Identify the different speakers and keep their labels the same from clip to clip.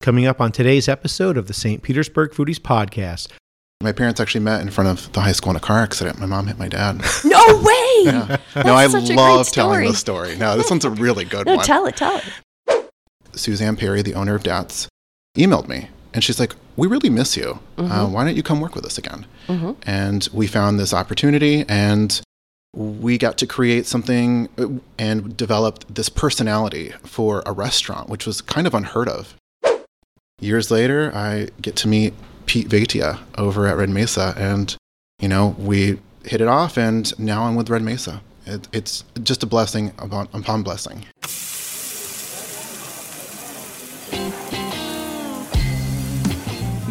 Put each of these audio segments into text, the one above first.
Speaker 1: coming up on today's episode of the St. Petersburg Foodies Podcast.
Speaker 2: My parents actually met in front of the high school in a car accident. My mom hit my dad.
Speaker 3: No way!
Speaker 2: Yeah.
Speaker 3: That's
Speaker 2: no, I
Speaker 3: such a great
Speaker 2: love telling
Speaker 3: story.
Speaker 2: this story. No, this one's a really good
Speaker 3: No,
Speaker 2: one.
Speaker 3: tell it, tell it.
Speaker 2: Suzanne Perry, the owner of Dats, emailed me and she's like, We really miss you. Uh, why don't you come work with us again?
Speaker 3: Mhm.
Speaker 2: And we found this opportunity and we got to create something uh, and developed this personality for a restaurant, which was kind of unheard of. Years later, I get to meet Pete Vaitia over at Red Mesa and, you know, we hit it off and now I'm with Red Mesa. It, it's just a blessing upon, upon blessing.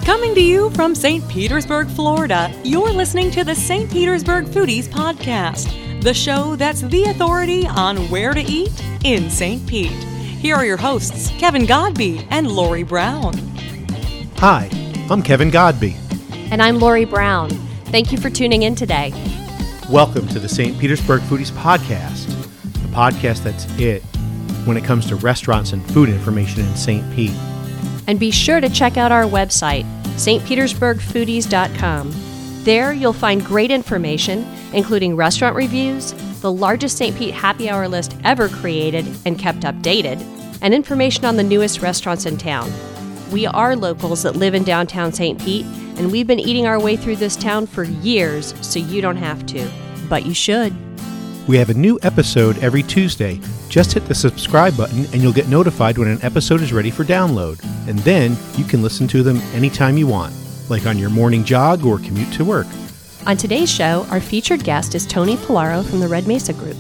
Speaker 3: Coming to you from St. Petersburg, Florida, you're listening to the St. Petersburg Foodies Podcast, the show that's the authority on where to eat in St. Pete. Here are your hosts, Kevin Godby and Lori Brown.
Speaker 1: Hi, I'm Kevin Godby.
Speaker 4: And I'm Lori Brown. Thank you for tuning in today.
Speaker 1: Welcome to the St. Petersburg Foodies Podcast, the podcast that's it when it comes to restaurants and food information in St. Pete.
Speaker 4: And be sure to check out our website, stpetersburgfoodies.com. There you'll find great information, including restaurant reviews, the largest St. Pete happy hour list ever created and kept updated, and information on the newest restaurants in town. We are locals that live in downtown St. Pete, and we've been eating our way through this town for years, so you don't have to. But you should.
Speaker 1: We have a new episode every Tuesday. Just hit the subscribe button and you'll get notified when an episode is ready for download. And then you can listen to them anytime you want, like on your morning jog or commute to work.
Speaker 4: On today's show, our featured guest is Tony Polaro from the Red Mesa Group.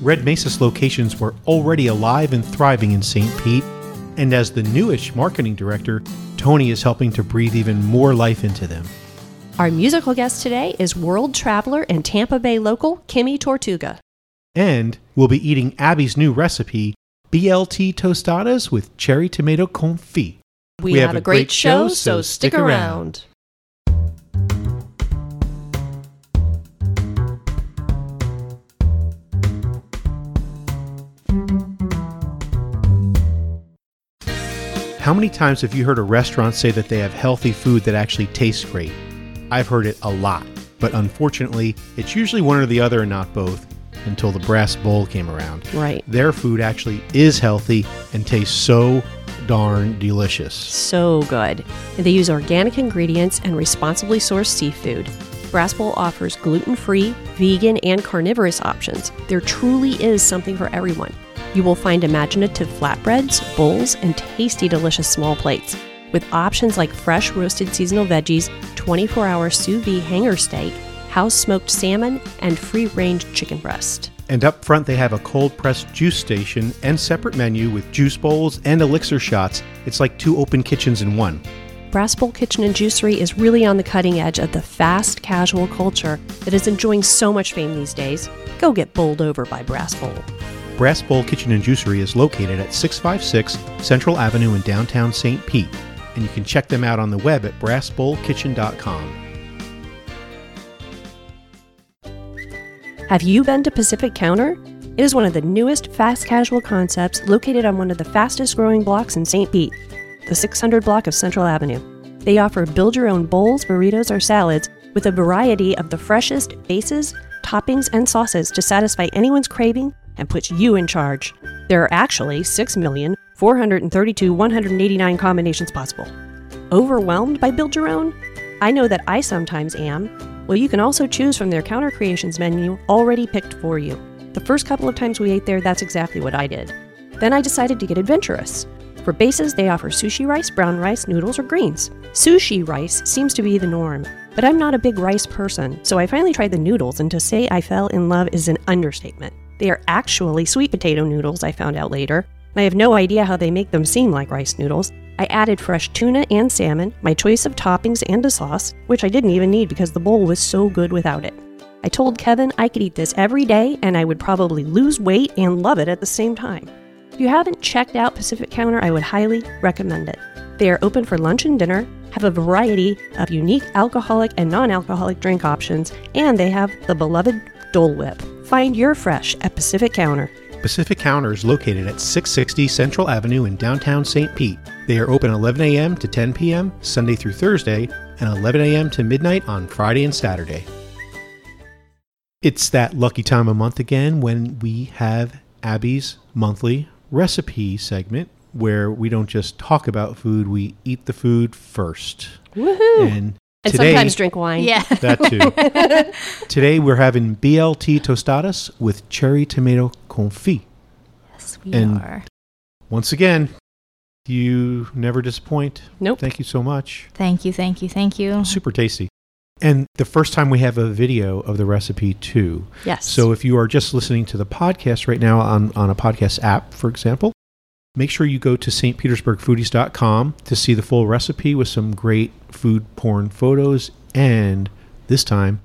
Speaker 1: Red Mesa's locations were already alive and thriving in St. Pete, and as the newish marketing director, Tony is helping to breathe even more life into them.
Speaker 4: Our musical guest today is world traveler and Tampa Bay local Kimmy Tortuga.
Speaker 1: And we'll be eating Abby's new recipe, BLT tostadas with cherry tomato confit.
Speaker 4: We, have, a great, show, so stick around.
Speaker 1: How many times have you heard a restaurant say that they have healthy food that actually tastes great? I've heard it a lot, but unfortunately, it's usually one or the other and not both until the brass bowl came around.
Speaker 4: Right.
Speaker 1: Their food actually is healthy and tastes so darn delicious.
Speaker 4: So good. They use organic ingredients and responsibly sourced seafood. Brass Bowl offers gluten free, vegan, and carnivorous options. There truly is something for everyone. You will find imaginative flatbreads, bowls, and tasty, delicious small plates with options like fresh roasted seasonal veggies, 24 hour sous vide hanger steak, house smoked salmon, and free range chicken breast.
Speaker 1: And up front, they have a cold pressed juice station and separate menu with juice bowls and elixir shots. It's like two open kitchens in one.
Speaker 4: Brass Bowl Kitchen and Juicery is really on the cutting edge of the fast casual culture that is enjoying so much fame these days. Go get bowled over by Brass Bowl.
Speaker 1: Brass Bowl Kitchen and Juicery is located at 656 Central Avenue in downtown St. Pete, and you can check them out on the web at brassbowlkitchen.com.
Speaker 4: Have you been to Pacific Counter? It is one of the newest fast casual concepts located on one of the fastest growing blocks in St. Pete, the 600 block of Central Avenue. They offer build your own bowls, burritos, or salads with a variety of the freshest bases, toppings, and sauces to satisfy anyone's craving and puts you in charge. There are actually 6,432,189 combinations possible. Overwhelmed by Build Your Own? I know that I sometimes am. Well, you can also choose from their counter creations menu already picked for you. The first couple of times we ate there, that's exactly what I did. Then I decided to get adventurous. For bases, they offer sushi rice, brown rice, noodles, or greens. Sushi rice seems to be the norm, but I'm not a big rice person, so I finally tried the noodles, and to say I fell in love is an understatement. They are actually sweet potato noodles, I found out later, I have no idea how they make them seem like rice noodles. I added fresh tuna and salmon, my choice of toppings and a sauce, which I didn't even need because the bowl was so good without it. I told Kevin I could eat this every day and I would probably lose weight and love it at the same time. If you haven't checked out Pacific Counter, I would highly recommend it. They are open for lunch and dinner, have a variety of unique alcoholic and non alcoholic drink options, and they have the beloved Dole Whip. Find your fresh at Pacific Counter.
Speaker 1: Pacific Counter is located at 660 Central Avenue in downtown St. Pete. They are open 11 a.m. to 10 p.m. Sunday through Thursday and 11 a.m. to midnight on Friday and Saturday. It's that lucky time of month again when we have Abby's monthly recipe segment where we don't just talk about food, we eat the food first.
Speaker 4: Woohoo!
Speaker 1: And,
Speaker 4: And
Speaker 1: today,
Speaker 4: sometimes drink wine.
Speaker 5: Yeah.
Speaker 1: that too. today we're having BLT tostadas with cherry tomato confit.
Speaker 5: Yes, we
Speaker 1: And-
Speaker 5: are.
Speaker 1: Once again, you never disappoint.
Speaker 4: Nope.
Speaker 1: Thank you so much.
Speaker 5: Thank you, thank you, thank you.
Speaker 1: Super tasty. And the first time we have a video of the recipe too.
Speaker 5: Yes.
Speaker 1: So if you are just listening to the podcast right now on, on a podcast app, for example, make sure you go to stpetersburgfoodies.com to see the full recipe with some great food porn photos and this time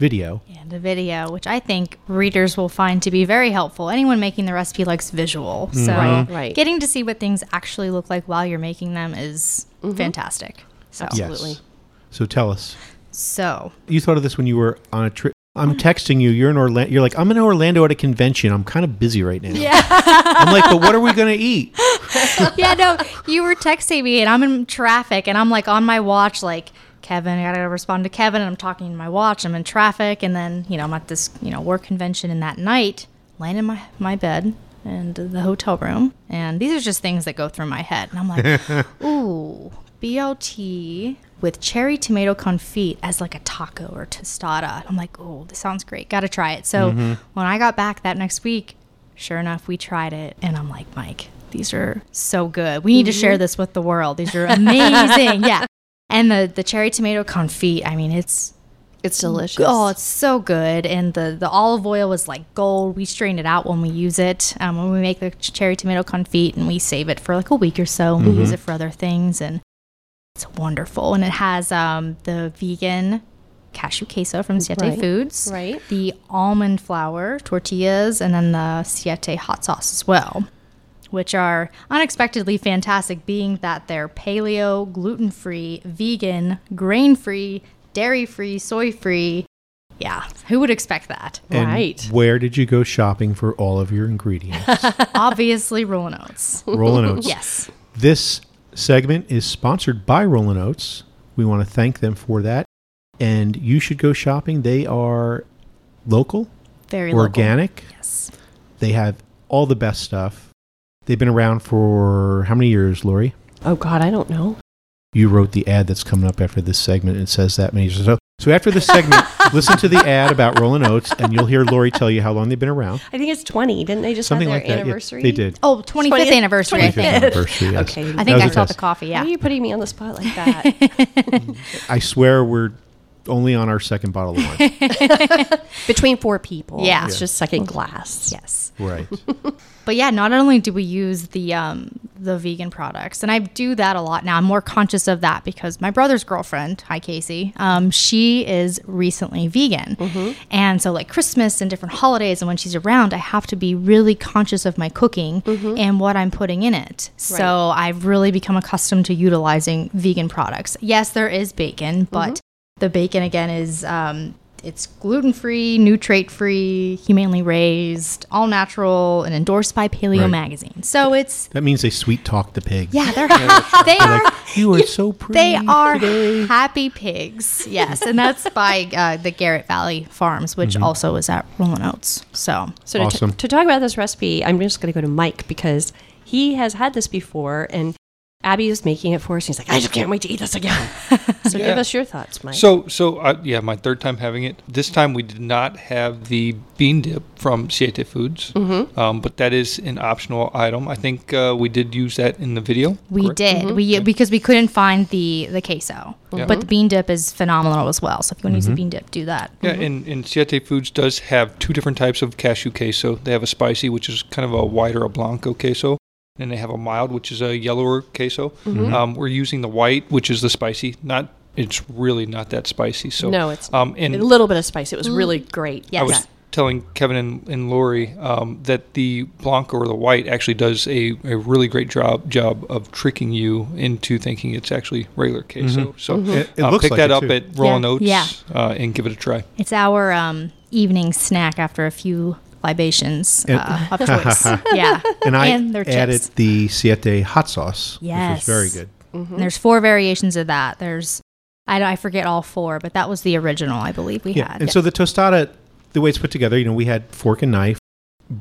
Speaker 1: video.
Speaker 5: and a video, which I think readers will find to be very helpful. Anyone making the recipe likes visual. So
Speaker 4: Right, right.
Speaker 5: getting to see what things actually look like while you're making them is fantastic. So
Speaker 4: Absolutely.
Speaker 1: Yes. So tell us.
Speaker 5: so
Speaker 1: You thought of this when you were on a trip. I'm texting you. You're in Orlando. You're like, I'm in Orlando at a convention. I'm kind of busy right now. Yeah. I'm like, but what are we gonna eat?
Speaker 5: yeah, no, you were texting me and I'm in traffic and I'm like on my watch, like, Kevin, I gotta respond to Kevin. And I'm talking to my watch. I'm in traffic. And then, you know, I'm at this, you know, work convention. And that night, laying in my, my bed and the hotel room. And these are just things that go through my head. And I'm like, ooh, BLT with cherry tomato confit as like a taco or tostada. I'm like, oh, this sounds great. Gotta try it. So when I got back that next week, sure enough, we tried it. And I'm like, Mike, these are so good. We need to share this with the world. These are amazing. yeah. And the, the cherry tomato confit, I mean, it's
Speaker 4: It's delicious.
Speaker 5: Oh, it's so good. And the, the olive oil is like gold. We strain it out when we use it, um, when we make the ch- cherry tomato confit, and we save it for like a week or so. And We use it for other things, and it's wonderful. And it has um, the vegan cashew queso from Siete
Speaker 4: Right.
Speaker 5: Foods,
Speaker 4: Right.
Speaker 5: the almond flour tortillas, and then the Siete hot sauce as well. Which are unexpectedly fantastic, being that they're paleo, gluten free, vegan, grain free, dairy free, soy free, yeah, who would expect that?
Speaker 1: And
Speaker 4: Right.
Speaker 1: Where did you go shopping for all of your ingredients?
Speaker 5: Obviously, Roll Notes.
Speaker 1: Rollin' Oats.
Speaker 5: Yes.
Speaker 1: This segment is sponsored by Rollin' Oats. We want to thank them for that. And you should go shopping. They are local,
Speaker 5: Very
Speaker 1: organic.
Speaker 5: Local. Yes.
Speaker 1: They have all the best stuff. They've been around for how many years, Lori?
Speaker 4: Oh, God, I don't know.
Speaker 1: you wrote the ad that's coming up after this segment. It says that many. So, so after this segment, listen to the ad about Rolling Oats, and you'll hear Lori tell you how long they've been around.
Speaker 4: I think it's 20. Didn't they just
Speaker 1: Something
Speaker 4: have
Speaker 1: like
Speaker 4: their
Speaker 1: that. Yeah,
Speaker 4: anniversary?
Speaker 1: they did.
Speaker 5: Oh, 25th,
Speaker 4: 20th
Speaker 5: anniversary, I
Speaker 1: 25th
Speaker 5: think.
Speaker 1: anniversary, yes.
Speaker 4: Okay.
Speaker 5: I
Speaker 1: That
Speaker 5: think
Speaker 1: was
Speaker 5: I
Speaker 1: a
Speaker 5: felt the
Speaker 1: test.
Speaker 5: coffee,
Speaker 4: Why
Speaker 5: yeah.
Speaker 4: are you putting me on the spot like that?
Speaker 1: I swear we're only on our second bottle of wine.
Speaker 4: Between four people.
Speaker 5: Yeah.
Speaker 4: It's just second glass.
Speaker 5: yes.
Speaker 1: right.
Speaker 5: But yeah, not only do we use the um, the vegan products, and I do that a lot now. I'm more conscious of that because my brother's girlfriend, hi Casey, um, she is recently vegan, and so like Christmas and different holidays, and when she's around, I have to be really conscious of my cooking and what I'm putting in it. So I've really become accustomed to utilizing vegan products. Yes, there is bacon, but the bacon again is um, it's gluten free, nutrient free, humanely raised, all natural, and endorsed by Paleo
Speaker 1: Right.
Speaker 5: Magazine. So it's
Speaker 1: That means they sweet talk the pig.
Speaker 5: yeah, they're they are
Speaker 1: You are so pretty.
Speaker 5: they are
Speaker 1: today.
Speaker 5: happy pigs. Yes, and that's by uh, the Garrett Valley Farms, which
Speaker 6: Mm-hmm.
Speaker 5: also is at Rolling Oats. So
Speaker 4: So to,
Speaker 1: Awesome.
Speaker 4: to talk about this recipe, I'm just going to go to Mike because he has had this before and Abby is making it for us. He's like, I just can't wait to eat this again. so give us your thoughts, Mike.
Speaker 6: So, so uh, yeah, my third time having it. This time we did not have the bean dip from Siete Foods,
Speaker 4: Mm-hmm.
Speaker 6: um, but that is an optional item. I think uh, we did use that in the video.
Speaker 5: we
Speaker 6: correct?
Speaker 5: did we because we couldn't find the the queso,
Speaker 6: Yeah.
Speaker 5: but the bean dip is phenomenal as well. So if you want to
Speaker 6: Mm-hmm.
Speaker 5: use the bean dip, do that.
Speaker 6: Yeah,
Speaker 4: Mm-hmm.
Speaker 6: and, and Siete Foods does have two different types of cashew queso. They have a spicy, which is kind of a white or a blanco queso, and they have a mild, which is a yellower queso.
Speaker 4: Mm-hmm.
Speaker 6: Um, we're using the white, which is the spicy. Not, it's really not that spicy. So
Speaker 4: no, it's
Speaker 6: um, and
Speaker 4: a little bit of spice. It
Speaker 5: Mm.
Speaker 4: was really great.
Speaker 5: Yes.
Speaker 6: I was telling Kevin and, and Lori um, that the Blanco or the white actually does a, a really great job job of tricking you into thinking it's actually regular queso. So
Speaker 1: Mm-hmm. It- it
Speaker 6: uh,
Speaker 1: looks
Speaker 6: pick
Speaker 1: like
Speaker 6: that
Speaker 1: it,
Speaker 6: up
Speaker 1: too.
Speaker 6: at Rollin'
Speaker 5: Mm-hmm. Yeah.
Speaker 6: Oats
Speaker 5: Yeah.
Speaker 6: Uh, and give it a try.
Speaker 5: It's our um, evening snack after a few libations
Speaker 1: And-
Speaker 5: uh, of choice. yeah.
Speaker 1: And I
Speaker 5: And their
Speaker 1: added
Speaker 5: chips.
Speaker 1: the Siete hot sauce,
Speaker 5: Yes.
Speaker 1: which was very good.
Speaker 5: And there's four variations of that. There's, I, I forget all four, but that was the original, I believe we
Speaker 1: Yeah.
Speaker 5: had.
Speaker 1: And so the tostada, the way it's put together, you know, we had fork and knife,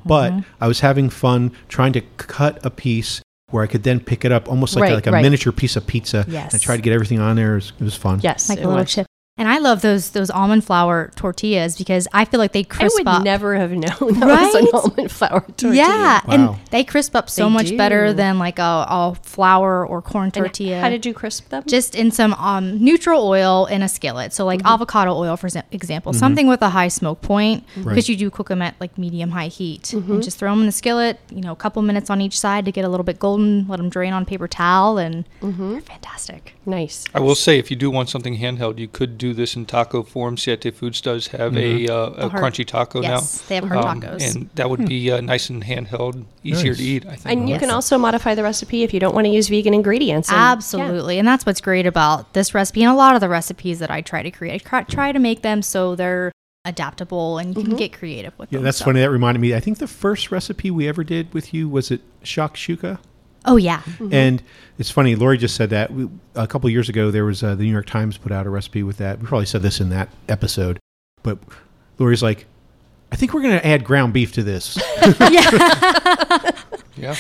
Speaker 1: but
Speaker 5: Mm-hmm.
Speaker 1: I was having fun trying to cut a piece where I could then pick it up almost like,
Speaker 4: Right,
Speaker 1: a, like a
Speaker 4: right.
Speaker 1: miniature piece of pizza.
Speaker 5: Yes.
Speaker 1: I tried to get everything on there. It was, it was fun.
Speaker 4: Yes,
Speaker 5: like
Speaker 4: it
Speaker 5: a little
Speaker 4: was.
Speaker 5: chip. And I love those those almond flour tortillas because I feel like they
Speaker 4: I
Speaker 5: crisp
Speaker 4: would
Speaker 5: up.
Speaker 4: never have known that was
Speaker 5: Right?
Speaker 4: an almond flour tortilla.
Speaker 5: yeah,
Speaker 1: Wow.
Speaker 5: and they crisp up so
Speaker 4: They
Speaker 5: much better
Speaker 4: do.
Speaker 5: than like a, a flour or corn
Speaker 4: And
Speaker 5: tortilla.
Speaker 4: How did you crisp them?
Speaker 5: just in some um, neutral oil in a skillet. So like avocado oil, for exa- example, something with a high smoke point because
Speaker 1: Right.
Speaker 5: you do cook them at like medium high heat. And just throw them in the skillet. You know, a couple minutes on each side to get a little bit golden. Let them drain on paper towel, and they're fantastic.
Speaker 4: nice.
Speaker 6: I will say, if you do want something handheld, you could do this in taco form. Siete Foods does have
Speaker 1: Mm-hmm.
Speaker 6: a, uh, a
Speaker 5: hard-
Speaker 6: crunchy taco
Speaker 5: Yes,
Speaker 6: now.
Speaker 5: they have hard
Speaker 6: Um,
Speaker 5: tacos.
Speaker 6: And that would be uh, nice and handheld, easier to
Speaker 1: Hmm. Nice.
Speaker 6: eat, I think.
Speaker 4: And you can also modify the recipe if you don't want to use vegan ingredients. and-
Speaker 5: Absolutely. And that's what's great about this recipe and a lot of the recipes that I try to create. I cr- try to make them so they're adaptable and you can get creative with
Speaker 1: Yeah,
Speaker 5: them.
Speaker 1: that's
Speaker 5: so-
Speaker 1: funny. That reminded me. I think the first recipe we ever did with you was it shakshuka.
Speaker 5: Oh, yeah.
Speaker 1: And it's funny, Lori just said that. We, a couple years ago, there was uh, the New York Times put out a recipe with that. We probably said this in that episode, but Lori's like, I think we're going to add ground beef to this.
Speaker 6: Yeah.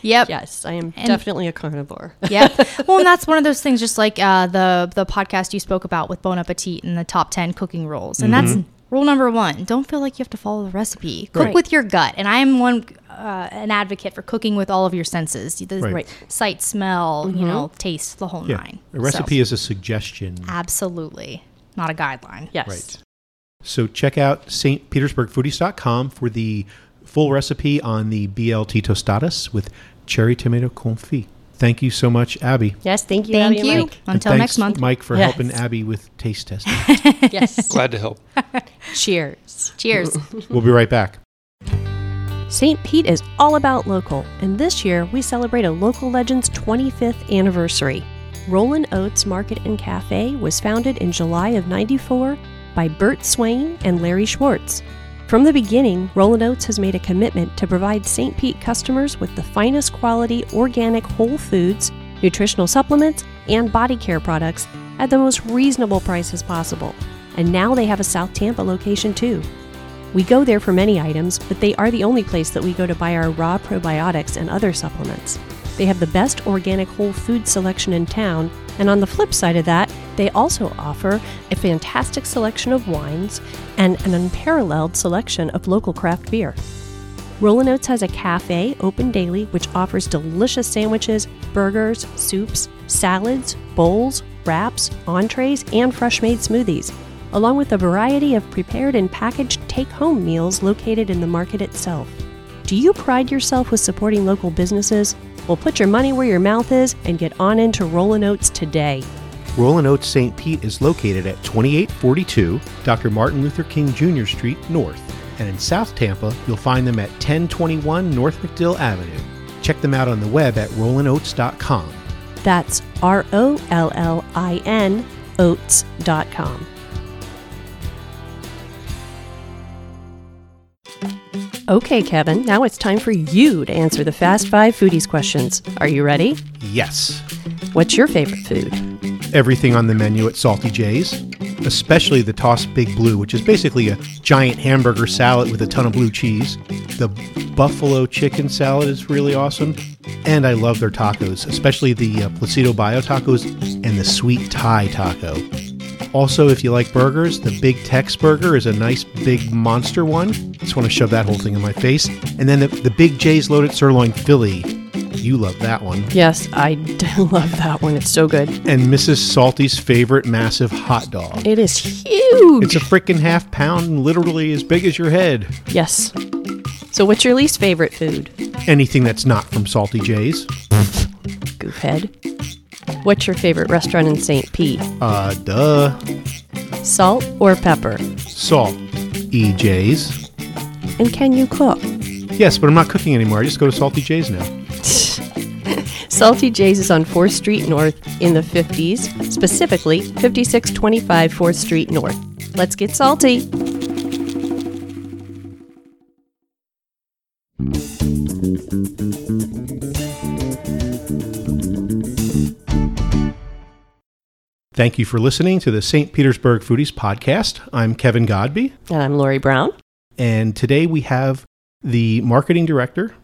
Speaker 5: Yep.
Speaker 4: Yeah. Yes, I am
Speaker 5: And-
Speaker 4: definitely a carnivore.
Speaker 5: Yep. Well, and that's one of those things, just like uh, the, the podcast you spoke about with Bon Appetit and the top 10 cooking rules. And that's
Speaker 1: Mm-hmm.
Speaker 5: rule number one don't feel like you have to follow the recipe. Cook
Speaker 4: Right.
Speaker 5: with your gut. And I am one. Uh, an advocate for cooking with all of your senses, the
Speaker 1: Right. Mm-hmm.
Speaker 4: Right.
Speaker 5: sight, smell, you know, taste, the whole
Speaker 1: yeah.
Speaker 5: nine.
Speaker 1: A
Speaker 5: So-
Speaker 1: recipe is a suggestion.
Speaker 5: Absolutely. Not a guideline.
Speaker 4: Yes.
Speaker 1: Right. So check out stpetersburgfoodies.com for the full recipe on the BLT tostadas with cherry tomato confit. Thank you so much, Abby.
Speaker 4: Yes, thank you.
Speaker 5: Thank
Speaker 4: Abby and
Speaker 5: you.
Speaker 4: Mike.
Speaker 1: And
Speaker 5: Until
Speaker 1: thanks,
Speaker 5: next month.
Speaker 1: Mike, for
Speaker 4: Yes.
Speaker 1: helping Abby with taste testing.
Speaker 4: Yes.
Speaker 6: Glad to help.
Speaker 4: Cheers.
Speaker 5: Cheers.
Speaker 1: we'll be right back.
Speaker 4: St. Pete is all about local, and this year we celebrate a local legend's 25th anniversary. Roland Oats Market and Cafe was founded in July of 94 by Bert Swain and Larry Schwartz. From the beginning, Roland Oats has made a commitment to provide St. Pete customers with the finest quality organic whole foods, nutritional supplements, and body care products at the most reasonable prices possible. And now they have a South Tampa location too. We go there for many items, but they are the only place that we go to buy our raw probiotics and other supplements. They have the best organic whole food selection in town, and on the flip side of that, they also offer a fantastic selection of wines and an unparalleled selection of local craft beer. Rollin' Oats has a cafe open daily which offers delicious sandwiches, burgers, soups, salads, bowls, wraps, entrees, and fresh made smoothies, along with a variety of prepared and packaged take home meals located in the market itself. Do you pride yourself with supporting local businesses? Well, put your money where your mouth is and get on into Rollin' Oats today.
Speaker 1: Rollin Oats St. Pete is located at 2842 Dr. Martin Luther King Jr. Street North. And in South Tampa, you'll find them at 1021 North McDill Avenue. Check them out on the web at rollinoats.com.
Speaker 4: That's R O L L I N oats.com. Okay, Kevin, now it's time for you to answer the Fast Five Foodies questions. Are you ready?
Speaker 1: Yes,
Speaker 4: What's your favorite food?
Speaker 1: everything on the menu at Salty J's, especially the tossed Big Blue, which is basically a giant hamburger salad with a ton of blue cheese. The buffalo chicken salad is really awesome. And I love their tacos, especially the uh, Placido Bio tacos and the Sweet Thai taco. Also, if you like burgers, the Big Tex burger is a nice big monster one. Just want to shove that whole thing in my face. And then the, the Big J's loaded sirloin Philly. You love that one
Speaker 4: Yes, I do love that one. It's so good.
Speaker 1: and Mrs. Salty's favorite massive hot dog.
Speaker 4: It is huge.
Speaker 1: It's a freaking half pound, and literally as big as your head.
Speaker 4: yes. So, what's your least favorite food,
Speaker 1: Anything that's not from Salty J's.
Speaker 4: Goofhead? What's your favorite restaurant in St. Pete?
Speaker 1: Uh, duh.
Speaker 4: Salt or pepper?
Speaker 1: Salt. E EJ's.
Speaker 4: And can you cook?
Speaker 1: Yes, but I'm not cooking anymore. I just go to Salty J's now.
Speaker 4: Salty J's is on 4th Street North in the 50s, specifically 5625 4th Street North. Let's get salty.
Speaker 1: Thank you for listening to the St. Petersburg Foodies Podcast. I'm Kevin Godby,
Speaker 4: And I'm Lori Brown.
Speaker 1: and today we have the marketing director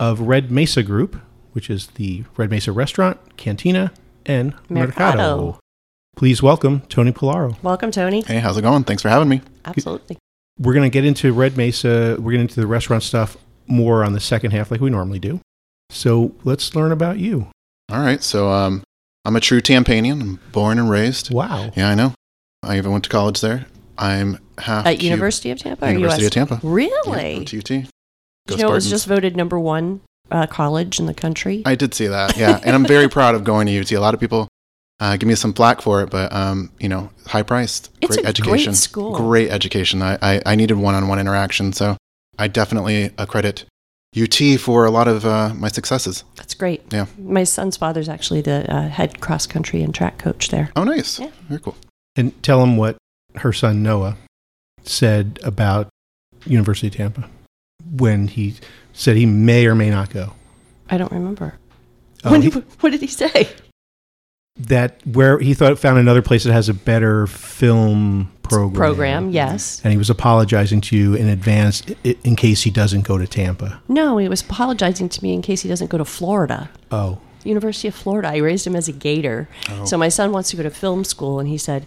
Speaker 1: of Red Mesa Group, which is the Red Mesa Restaurant, Cantina, and Mercado.
Speaker 4: Mercado.
Speaker 1: Please welcome Tony Pilaro.
Speaker 4: Welcome, Tony.
Speaker 2: Hey, how's it going? Thanks for having me.
Speaker 4: Absolutely.
Speaker 1: We're going to get into Red Mesa, we're getting into the restaurant stuff more on the second half like we normally do. So let's learn about you.
Speaker 2: All right. So um, I'm a true Tampanian. I'm born and raised.
Speaker 1: Wow.
Speaker 2: Yeah, I know. I even went to college there. I'm half
Speaker 4: At
Speaker 2: Cuban.
Speaker 4: University of Tampa or
Speaker 2: University
Speaker 4: US?
Speaker 2: of Tampa.
Speaker 4: Really?
Speaker 2: Yeah, went to UT. Go
Speaker 4: Did you know it was
Speaker 2: Spartans.
Speaker 4: just voted number one uh, college in the country?
Speaker 2: I did see that. Yeah, and I'm very proud of going to UT. A lot of people uh, give me some flack for it, but um, you know, high priced,
Speaker 4: It's
Speaker 2: great
Speaker 4: a great
Speaker 2: education,
Speaker 4: school.
Speaker 2: great education. I, I, I needed one on one interaction, so I definitely accredit UT for a lot of uh, my successes.
Speaker 4: That's great.
Speaker 2: Yeah.
Speaker 4: My son's father's actually the uh, head cross country and track coach there.
Speaker 2: Oh, nice.
Speaker 4: Yeah.
Speaker 2: Very cool.
Speaker 1: And tell him what her son Noah said about University of Tampa when he said he may or may not go.
Speaker 4: I don't remember.
Speaker 2: Oh,
Speaker 1: Uh,
Speaker 4: When-
Speaker 1: he-
Speaker 4: what did he say?
Speaker 1: that where he thought found another place that has a better film program.
Speaker 4: Program, yes.
Speaker 1: And he was apologizing to you in advance i- in case he doesn't go to Tampa.
Speaker 4: No, he was apologizing to me in case he doesn't go to Florida.
Speaker 1: Oh,
Speaker 4: University of Florida. I raised him as a gator.
Speaker 2: Oh.
Speaker 4: So my son wants to go to film school, and he said,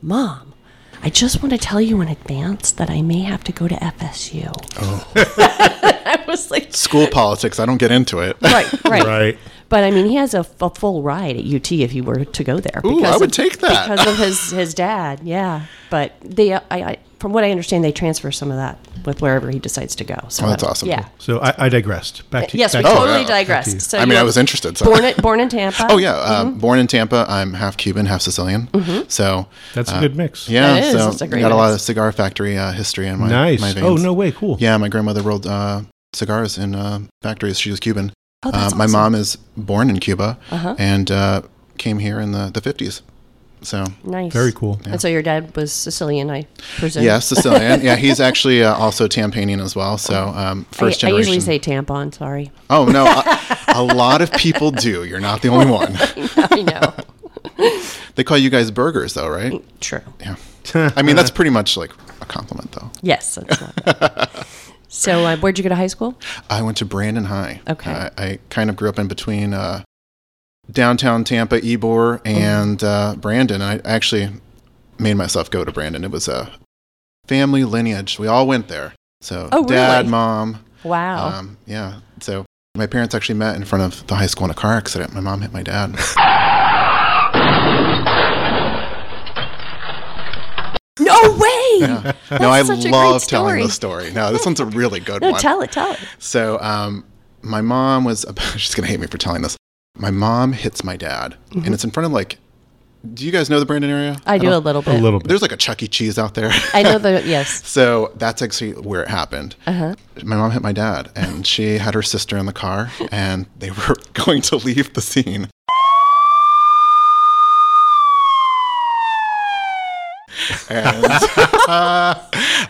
Speaker 4: Mom, I just want to tell you in advance that I may have to go to FSU. Oh. I was like,
Speaker 2: School politics. I don't get into it.
Speaker 4: right, right. But I mean, he has a, f- a full ride at UT if he were to go there.
Speaker 2: Ooh, I
Speaker 4: because
Speaker 2: would
Speaker 4: of-
Speaker 2: take that.
Speaker 4: because of his his dad. Yeah, but they, uh, I, I, from what I understand, they transfer some of that with wherever he decides to go. So
Speaker 2: Oh, that's
Speaker 4: I-
Speaker 2: awesome. Oh,
Speaker 4: Yeah.
Speaker 1: So I, I digressed. Back to
Speaker 4: Yes, we
Speaker 1: back to-
Speaker 4: totally
Speaker 2: yeah.
Speaker 1: Thank you.
Speaker 4: digressed. So
Speaker 2: I mean,
Speaker 4: you
Speaker 2: I
Speaker 4: were
Speaker 2: was interested. So.
Speaker 4: born in, born in Tampa. Mm-hmm.
Speaker 2: Oh yeah, uh, born in Tampa. I'm half Cuban, half Sicilian. So
Speaker 1: that's a
Speaker 2: uh,
Speaker 1: good mix.
Speaker 2: Yeah,
Speaker 4: That is,
Speaker 2: so
Speaker 4: that's a great
Speaker 2: got a lot
Speaker 4: mix.
Speaker 2: of cigar factory uh, history in my
Speaker 1: nice.
Speaker 2: my veins.
Speaker 1: oh no way, cool.
Speaker 2: Yeah, my grandmother rolled uh, cigars in uh, factories. She was Cuban.
Speaker 4: Oh, that's
Speaker 2: uh, my
Speaker 4: awesome.
Speaker 2: mom is born in Cuba
Speaker 4: Uh-huh.
Speaker 2: and uh, came here in the, the 50s. So,
Speaker 4: Nice.
Speaker 1: Very cool.
Speaker 4: And so your dad was Sicilian, I presume.
Speaker 2: yeah, Sicilian. yeah, he's actually uh, also Tampanian as well. So, um, first
Speaker 4: I, I
Speaker 2: generation.
Speaker 4: usually say tampon. Sorry.
Speaker 2: oh, no. A, a lot of people do. You're not the only one.
Speaker 4: I know.
Speaker 2: They call you guys burgers, though, right?
Speaker 4: True.
Speaker 2: Yeah. I mean, that's pretty much like a compliment, though.
Speaker 4: Yes. That's not bad. so uh, where'd you go to high school?
Speaker 2: I went to Brandon High.
Speaker 4: Okay.
Speaker 2: Uh, I kind of grew up in between uh, downtown Tampa, Ebor, and uh, Brandon. I actually made myself go to Brandon. It was a family lineage. We all went there. So
Speaker 4: Oh,
Speaker 2: dad,
Speaker 4: really? Oh.
Speaker 2: mom.
Speaker 4: Wow.
Speaker 2: Um, yeah. So my parents actually met in front of the high school in a car accident. My mom hit my dad.
Speaker 4: no way.
Speaker 2: Yeah. no, I
Speaker 5: such a great
Speaker 2: love telling this story. No, this one's a really good
Speaker 4: No,
Speaker 2: one.
Speaker 4: tell it. Tell it.
Speaker 2: So um, my mom was. She's gonna hate me for telling this. My mom hits my dad, and it's in front of like. Do you guys know the Brandon area?
Speaker 4: Mm-hmm. I do a
Speaker 2: don't-
Speaker 4: little bit.
Speaker 1: a little bit.
Speaker 2: There's like a Chuck E. Cheese out there.
Speaker 4: I know the yes.
Speaker 2: so that's actually where it happened. My mom hit my dad, and she had her sister in the car, and they were going to leave the scene. And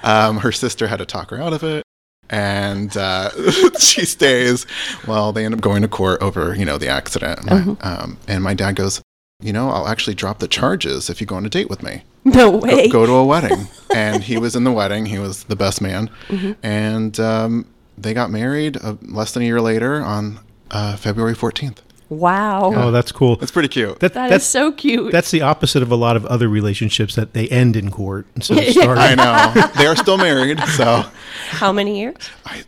Speaker 2: um, her sister had to talk her out of it, and uh, she stays. Well, they end up going to court over, you know, the accident. My- um, and my dad goes, "You know, I'll actually drop the charges if you go on a date with me."
Speaker 4: No
Speaker 2: go-
Speaker 4: way.
Speaker 2: go, to a wedding. and he was in the wedding. He was the best man.
Speaker 4: Mm-hmm.
Speaker 2: And um, they got married uh, less than a year later on uh, February 14th.
Speaker 4: Wow.
Speaker 1: Oh, that's cool.
Speaker 2: That's pretty cute.
Speaker 1: That,
Speaker 4: that
Speaker 1: that's
Speaker 4: is so cute.
Speaker 1: that's the opposite of a lot of other relationships that they end in court instead of
Speaker 2: I
Speaker 1: starting.
Speaker 2: know. they are still married. So,
Speaker 4: How many years?
Speaker 2: I,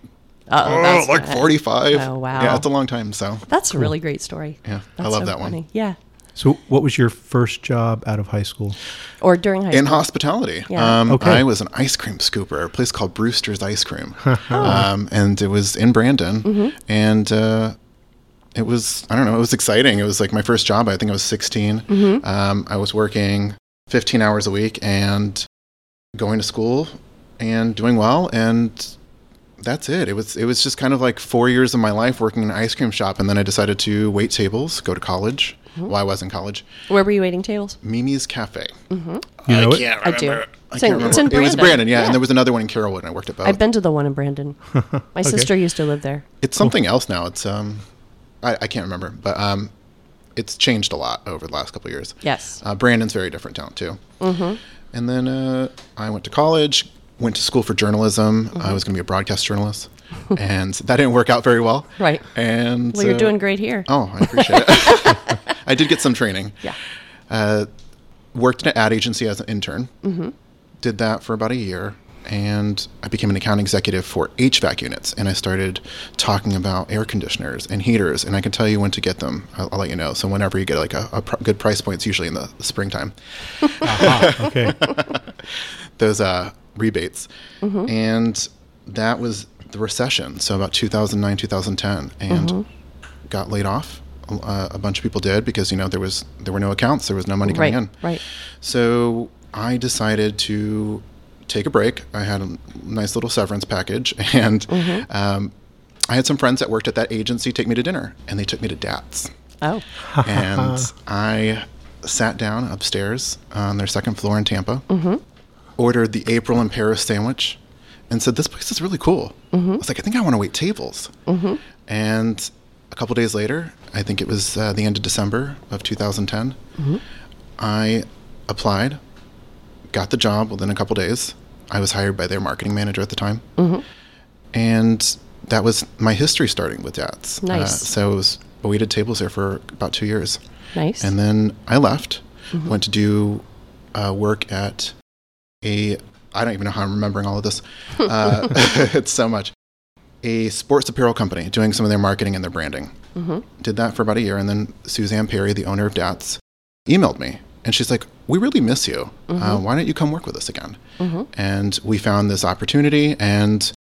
Speaker 4: Uh-oh,
Speaker 2: oh,
Speaker 4: that's
Speaker 2: like
Speaker 4: bad.
Speaker 2: 45.
Speaker 4: Oh, wow.
Speaker 2: Yeah, it's a long time. So,
Speaker 4: That's a really great story.
Speaker 2: Yeah, I
Speaker 4: That's
Speaker 2: love
Speaker 4: so
Speaker 2: that one.
Speaker 4: funny. Yeah.
Speaker 1: So, what was your first job out of high school?
Speaker 4: Or during high
Speaker 2: in
Speaker 4: school.
Speaker 2: hospitality,
Speaker 4: Yeah.
Speaker 2: um,
Speaker 1: Okay.
Speaker 2: I was an ice cream scooper at a place called Brewster's Ice Cream. um, and it was in Brandon. And, uh, it was I don't know. It was exciting. It was like my first job. I think I was 16. Um, I was working 15 hours a week and going to school and doing well and that's it. It was it was just kind of like four years of my life working in an ice cream shop, and then I decided to wait tables, go to college. Well, I was in college.
Speaker 4: Where were you waiting tables?
Speaker 2: Mimi's Cafe.
Speaker 1: You
Speaker 2: Uh,
Speaker 1: know it?
Speaker 4: I do. It's
Speaker 2: can't
Speaker 4: in, it's in
Speaker 2: remember.
Speaker 4: Brandon.
Speaker 2: It was Brandon, yeah, and there was another one in Carrollwood, and I worked at both.
Speaker 4: I've been to the one in Brandon. My sister used to live there.
Speaker 2: It's something else now. It's um, I, I can't remember, but um, it's changed a lot over the last couple of years.
Speaker 4: Yes. Mm-hmm.
Speaker 2: Uh, Brandon's very different down too. And then uh, I went to college, went to school for journalism.
Speaker 4: Mm-hmm.
Speaker 2: I was going to be a broadcast journalist, and that didn't work out very well.
Speaker 4: Right.
Speaker 2: And
Speaker 4: Well, you're
Speaker 2: uh,
Speaker 4: doing great here.
Speaker 2: Oh, I appreciate it. I did get some training.
Speaker 4: Yeah.
Speaker 2: Uh, worked in an ad agency as an intern. Mm-hmm. Did that for about a year. And I became an account executive for HVAC units. And I started talking about air conditioners and heaters. And I can tell you when to get them. I'll, I'll let you know. So, whenever you get like a, a pr- good price point, it's usually in the springtime,
Speaker 1: Okay.
Speaker 2: those uh, rebates.
Speaker 4: Mm-hmm.
Speaker 2: And that was the recession. So, about 2009, 2010. And
Speaker 4: Mm-hmm.
Speaker 2: got laid off. Uh, a bunch of people did because, you know, there was there were no accounts, there was no money coming
Speaker 4: Right.
Speaker 2: in.
Speaker 4: Right.
Speaker 2: So I decided to take a break. I had a nice little severance package, and
Speaker 4: Mm-hmm.
Speaker 2: um, I had some friends that worked at that agency take me to dinner, and they took me to DATS.
Speaker 4: Oh.
Speaker 2: and I sat down upstairs on their second floor in Tampa, ordered the April and Paris sandwich, and said, This place is really cool. I was like, I think I want to wait tables. And a couple days later, I think it was uh, the end of December of 2010, I applied, got the job within a couple days. I was hired by their marketing manager at the time.
Speaker 4: Mm-hmm.
Speaker 2: And that was my history starting with Dats.
Speaker 4: Nice.
Speaker 2: so it was, but we did tables there for about two years.
Speaker 4: Nice.
Speaker 2: And then I left, went to do uh, work at a, I don't even know how I'm remembering all of this. Uh, it's so much. A sports apparel company doing some of their marketing and their branding.
Speaker 4: Mm-hmm.
Speaker 2: Did that for about a year. And then Suzanne Perry, the owner of DATS, emailed me. And she's like, We really miss you. Uh, why don't you come work with us again?
Speaker 4: Mm-hmm.
Speaker 2: And we found this opportunity and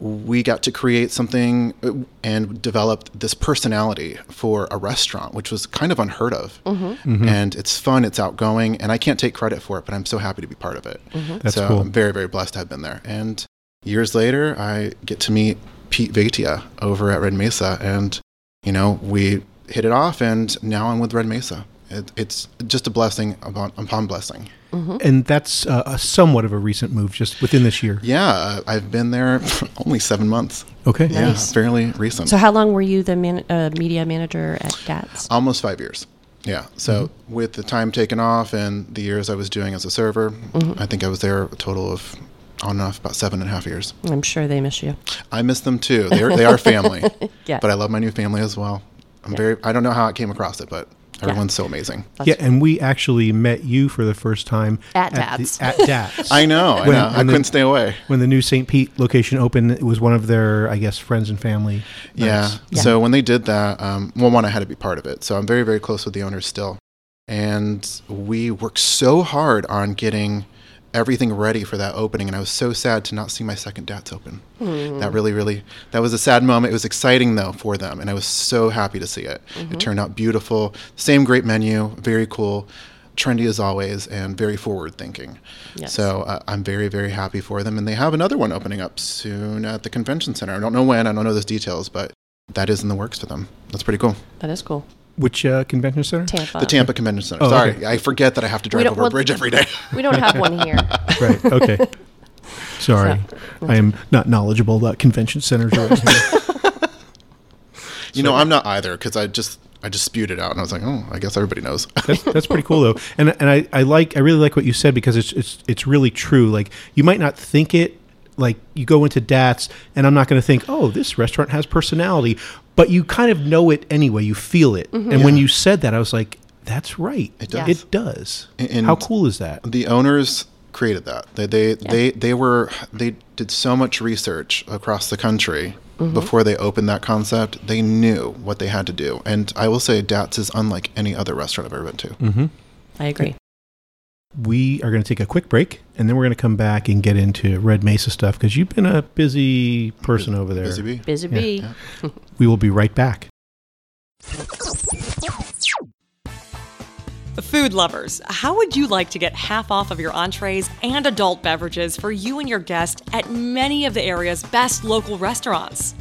Speaker 2: we got to create something uh, and developed this personality for a restaurant, which was kind of unheard of.
Speaker 4: Mm-hmm.
Speaker 1: Um, Mm-hmm.
Speaker 2: And it's fun, it's outgoing, and I can't take credit for it, but I'm so happy to be part of it.
Speaker 1: That's
Speaker 2: so
Speaker 1: cool.
Speaker 2: I'm very, very blessed to have been there. And years later, I get to meet Pete Vaitia over at Red Mesa, and you know we hit it off, and now I'm with Red Mesa. It, it's just a blessing upon, upon blessing.
Speaker 1: And that's uh, a somewhat of a recent move just within this year.
Speaker 2: Yeah, uh, I've been there only seven months.
Speaker 1: Okay.
Speaker 2: Yeah, fairly recent.
Speaker 4: so, how long were you the man, uh, media manager at DATS?
Speaker 2: almost five years. Yeah. So with the time taken off and the years I was doing as a server, I think I was there a total of on and off about seven and a half years.
Speaker 4: I'm sure they miss you.
Speaker 2: I miss them too. They are, they are family.
Speaker 4: Yeah.
Speaker 2: But I love my new family as well. I'm very. I don't know how I came across it, but everyone's so amazing.
Speaker 1: Yeah, and we actually met you for the first time
Speaker 5: At
Speaker 1: the-
Speaker 5: Dad's.
Speaker 1: at Dad's.
Speaker 2: I know. I
Speaker 1: When-
Speaker 2: know. I
Speaker 1: when the-
Speaker 2: couldn't stay away.
Speaker 1: When the new St. Pete location opened, it was one of their, I guess, friends and family.
Speaker 2: Yeah.
Speaker 1: nights.
Speaker 2: So when they did that, um, well, one, I had to be part of it. So I'm very, very close with the owners still. And we worked so hard on getting everything ready for that opening. And I was so sad to not see my second DATS open. That really, really, that was a sad moment. It was exciting though for them. And I was so happy to see it. It turned out beautiful. Same great menu, very cool. Trendy as always, and very forward thinking.
Speaker 4: Yes.
Speaker 2: So uh, I'm very, very happy for them. And they have another one opening up soon at the convention center. I don't know when, I don't know those details, but that is in the works for them. That's pretty cool.
Speaker 4: That is cool.
Speaker 1: Which uh, convention center?
Speaker 4: Tampa.
Speaker 2: The Tampa Convention Center.
Speaker 1: Oh,
Speaker 2: Sorry,
Speaker 1: okay.
Speaker 2: I forget that I have to drive
Speaker 4: don't-
Speaker 2: over a
Speaker 4: well-
Speaker 2: bridge every day.
Speaker 4: We don't have one here.
Speaker 1: Right. Okay. Sorry. I am not knowledgeable about convention centers. Right now.
Speaker 2: you know, I'm not either because I just I just spewed it out and I was like, oh, I guess everybody knows.
Speaker 1: that's, that's pretty cool though, and and I, I like I really like what you said because it's it's it's really true. Like you might not think it. Like you go into Dats, and I'm not going to think, oh, this restaurant has personality, but you kind of know it anyway. You feel it, and when you said that, I was like, that's right. It
Speaker 2: does.
Speaker 1: It does.
Speaker 2: And-
Speaker 1: How cool is that?
Speaker 2: the owners created that. They they, they they were they did so much research across the country
Speaker 4: Mm-hmm.
Speaker 2: before they opened that concept. They knew what they had to do, and I will say, Dats is unlike any other restaurant I've ever been to.
Speaker 1: Mm-hmm.
Speaker 4: I agree.
Speaker 1: We are going to take a quick break, and then we're going to come back and get into Red Mesa stuff because you've been a busy person over there.
Speaker 2: Busy bee.
Speaker 4: Busy
Speaker 1: Yeah.
Speaker 4: bee.
Speaker 1: We will be right back.
Speaker 3: Food lovers, how would you like to get half off of your entrees and adult beverages for you and your guest at many of the area's best local restaurants?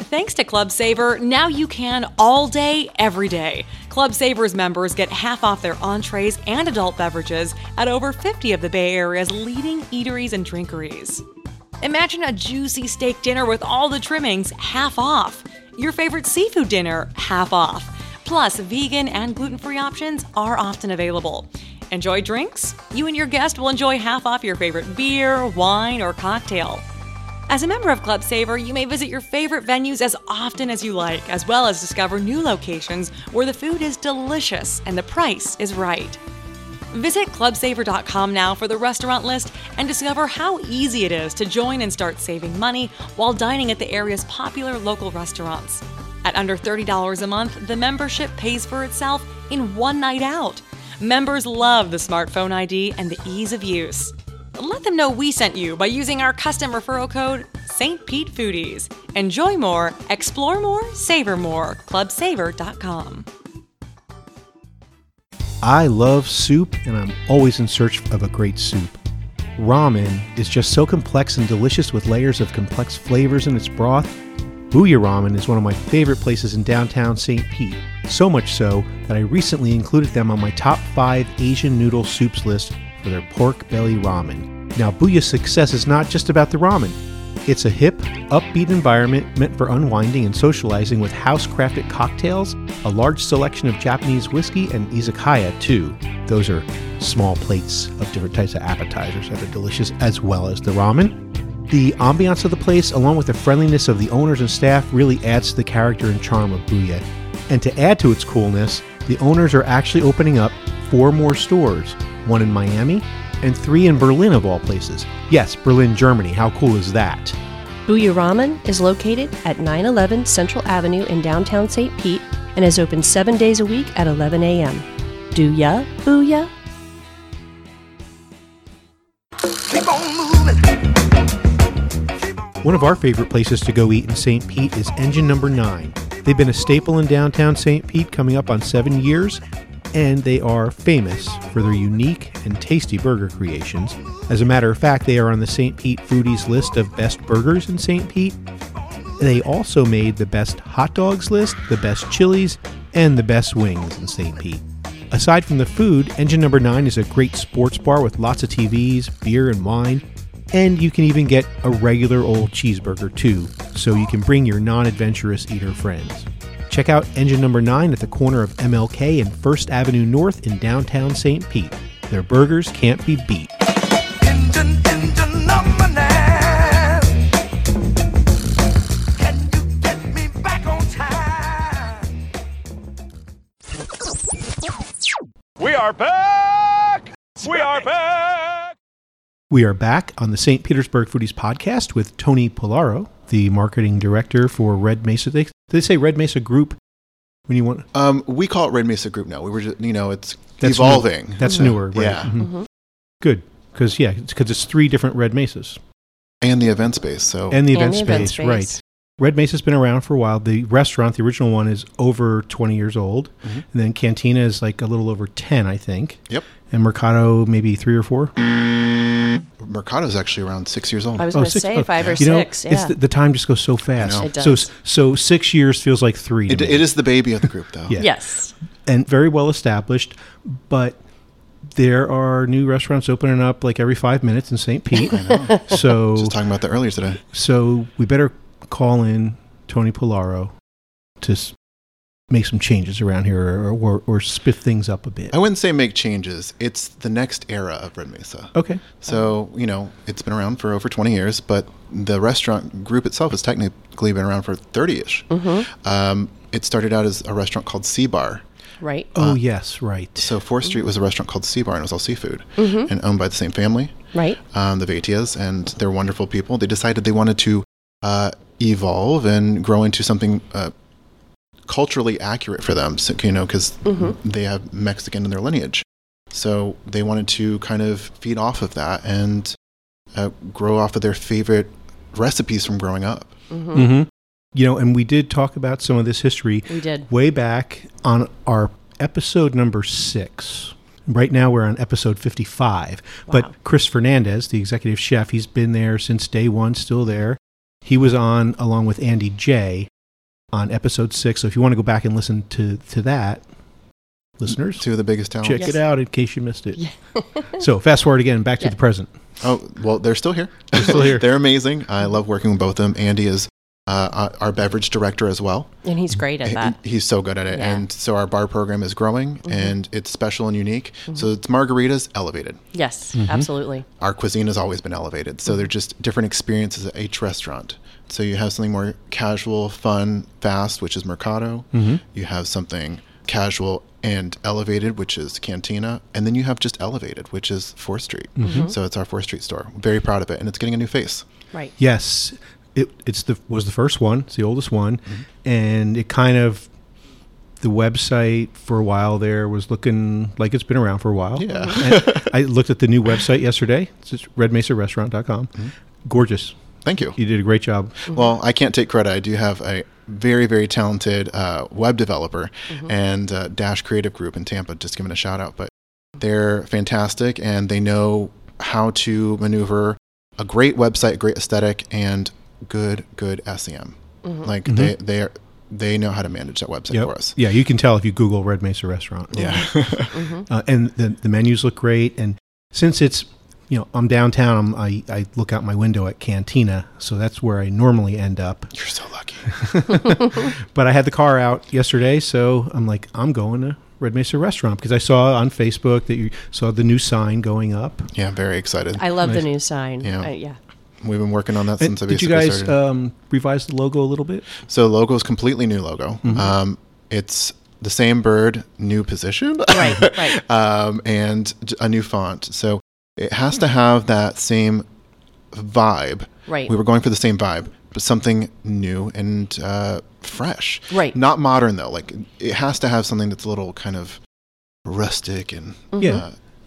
Speaker 3: Thanks to Club Saver, now you can all day, every day. Club Saver's members get half off their entrees and adult beverages at over 50 of the Bay Area's leading eateries and drinkeries. Imagine a juicy steak dinner with all the trimmings half off. Your favorite seafood dinner half off. Plus, vegan and gluten free options are often available. Enjoy drinks? You and your guest will enjoy half off your favorite beer, wine, or cocktail. As a member of Club Saver, you may visit your favorite venues as often as you like, as well as discover new locations where the food is delicious and the price is right. Visit clubsaver.com now for the restaurant list and discover how easy it is to join and start saving money while dining at the area's popular local restaurants. At under $30 a month, the membership pays for itself in one night out. Members love the smartphone ID and the ease of use. Let them know we sent you by using our custom referral code St. Pete Foodies. Enjoy more, explore more, savor more. Clubsaver.com.
Speaker 1: I love soup and I'm always in search of a great soup. Ramen is just so complex and delicious with layers of complex flavors in its broth. Booyah Ramen is one of my favorite places in downtown St. Pete, so much so that I recently included them on my top five Asian noodle soups list for their pork belly ramen. Now, Booyah's success is not just about the ramen. It's a hip, upbeat environment meant for unwinding and socializing with house-crafted cocktails, a large selection of Japanese whiskey, and izakaya, too. Those are small plates of different types of appetizers that are delicious, as well as the ramen. The ambiance of the place, along with the friendliness of the owners and staff, really adds to the character and charm of Booyah. And to add to its coolness, the owners are actually opening up four more stores one in Miami and three in Berlin, of all places. Yes, Berlin, Germany. How cool is that?
Speaker 4: Booyah Ramen is located at 911 Central Avenue in downtown St. Pete and is open seven days a week at 11 a.m. Do ya? Booyah?
Speaker 1: One of our favorite places to go eat in St. Pete is Engine Number 9. They've been a staple in downtown St. Pete coming up on seven years, and they are famous for their unique and tasty burger creations. As a matter of fact, they are on the St. Pete Foodies list of best burgers in St. Pete. They also made the best hot dogs list, the best chilies, and the best wings in St. Pete. Aside from the food, Engine Number 9 is a great sports bar with lots of TVs, beer, and wine and you can even get a regular old cheeseburger too, so you can bring your non adventurous eater friends. Check out Engine Number 9 at the corner of MLK and 1st Avenue North in downtown St. Pete. Their burgers can't be beat.
Speaker 7: Engine, engine number nine. Can you get me back on time?
Speaker 8: We are back! We are back!
Speaker 1: We are back on the St. Petersburg Foodies podcast with Tony Polaro, the marketing director for Red Mesa. They, they say Red Mesa Group when you want.
Speaker 2: Um, we call it Red Mesa Group now. We were just, you know, it's
Speaker 1: That's new-
Speaker 2: evolving.
Speaker 1: that's
Speaker 4: Mm-hmm.
Speaker 1: newer, right?
Speaker 2: Yeah.
Speaker 1: Mhm. Good. Because, yeah, because it's three different Red Mesas.
Speaker 2: And the event space. So
Speaker 1: and the
Speaker 4: And
Speaker 1: event,
Speaker 4: the
Speaker 1: space,
Speaker 4: event space.
Speaker 1: right red mesa's been around for a while the restaurant the original one is over 20 years old and then cantina is like a little over 10 i think
Speaker 2: Mm-hmm. Yep.
Speaker 1: and mercado maybe three or four
Speaker 2: Mercado's actually around six years old.
Speaker 4: I was
Speaker 1: Oh,
Speaker 4: going to
Speaker 1: six-
Speaker 4: say
Speaker 1: oh,
Speaker 4: five or
Speaker 1: you know,
Speaker 4: six.
Speaker 1: it's
Speaker 4: Yeah.
Speaker 1: the, the time just goes so fast
Speaker 2: know.
Speaker 4: It
Speaker 1: so
Speaker 4: does.
Speaker 1: so six years feels like three to
Speaker 2: It,
Speaker 1: me.
Speaker 2: it is the baby of the group, though.
Speaker 1: Yeah.
Speaker 4: yes.
Speaker 1: and very well established but there are new restaurants opening up like every five minutes in st pete so
Speaker 2: Just talking about that earlier today.
Speaker 1: So we better call in Tony Polaro to s- make some changes around here or, or, or spiff things up a bit.
Speaker 2: I wouldn't say make changes. It's the next era of Red Mesa.
Speaker 1: Okay.
Speaker 2: So, you know, it's been around for over 20 years, but the restaurant group itself has technically been around for 30 ish. Um, it started out as a restaurant called Sea Bar.
Speaker 4: Right.
Speaker 1: Oh, yes, right.
Speaker 2: So, 4th Street was a restaurant called Sea Bar, and it was all seafood and owned by the same family.
Speaker 4: Mm-hmm. Right.
Speaker 2: um, the Vaitias, and they're wonderful people. They decided they wanted to uh, evolve and grow into something uh, culturally accurate for them, so, you know, because they have Mexican in their lineage. So they wanted to kind of feed off of that and uh, grow off of their favorite recipes from growing up.
Speaker 1: Mm-hmm. You know, and we did talk about some of this history
Speaker 4: We did.
Speaker 1: way back on our episode number six. Right now we're on episode 55.
Speaker 4: Wow.
Speaker 1: But Chris Fernandez, the executive chef, he's been there since day one, still there. He was on along with Andy J on episode six. So if you want to go back and listen to, to that, listeners,
Speaker 2: Two of the biggest talents.
Speaker 1: check it out in case you missed it. so fast forward again, back to the present.
Speaker 2: Oh, well, they're still here.
Speaker 1: They're still here.
Speaker 2: they're amazing. I love working with both of them. Andy is uh, our beverage director as well.
Speaker 9: And he's great at
Speaker 2: He-
Speaker 9: that.
Speaker 2: He's so good at it.
Speaker 9: Yeah.
Speaker 2: And so our bar program is growing and it's special and unique. So it's margaritas elevated.
Speaker 9: Yes,
Speaker 2: Mm-hmm.
Speaker 9: absolutely.
Speaker 2: Our cuisine has always been elevated. So they're just different experiences at each restaurant. So you have something more casual, fun, fast, which is Mercado. You have something casual and elevated, which is Cantina. And then you have just elevated, which is 4th Street. So it's our 4th Street store. very proud of it. And it's getting a new face.
Speaker 9: Right.
Speaker 1: Yes, it it's the was the first one. It's the oldest one,
Speaker 2: Mm-hmm.
Speaker 1: and it kind of the website for a while there was looking like it's been around for a while.
Speaker 2: Yeah.
Speaker 1: And I looked at the new website yesterday. It's just redmesorestaurant.com.
Speaker 2: Mm-hmm.
Speaker 1: Gorgeous.
Speaker 2: Thank you.
Speaker 1: You did a great job.
Speaker 2: Well, I can't take credit. I do have a very, very talented uh, web developer and uh, Dash Creative Group in Tampa, just giving a shout out. But they're fantastic and they know how to maneuver a great website, great aesthetic, and good, good SEM. Like they, they, are, they know how to manage that website
Speaker 1: Mm-hmm. Yep.
Speaker 2: for us.
Speaker 1: Yeah, you can tell if you Google Red Mesa Restaurant.
Speaker 2: Yeah. Mm-hmm.
Speaker 1: uh, and the, the menus look great. And since it's you know I'm downtown, I'm, I I look out my window at Cantina, so that's where I normally end up.
Speaker 2: You're so lucky.
Speaker 1: But I had the car out yesterday, so I'm like I'm going to Red Mesa Restaurant because I saw on Facebook that you saw the new sign going up.
Speaker 2: Yeah, I'm very excited.
Speaker 9: I love the new sign.
Speaker 2: Yeah.
Speaker 9: I- yeah.
Speaker 2: We've been working on that
Speaker 1: And
Speaker 2: since I
Speaker 1: did you
Speaker 2: basically
Speaker 1: guys uh,
Speaker 2: started.
Speaker 1: um, revise the logo a little bit?
Speaker 2: So logo is completely new logo.
Speaker 1: Mm-hmm.
Speaker 2: Um, it's the same bird, new position, right?
Speaker 9: right.
Speaker 2: um, and j- a new font. So it has to have that same vibe.
Speaker 9: Right.
Speaker 2: We were going for the same vibe, but something new and uh, fresh.
Speaker 9: Right.
Speaker 2: Not modern though. Like it has to have something that's a little kind of rustic and
Speaker 1: Mm-hmm. Yeah.
Speaker 2: uh, a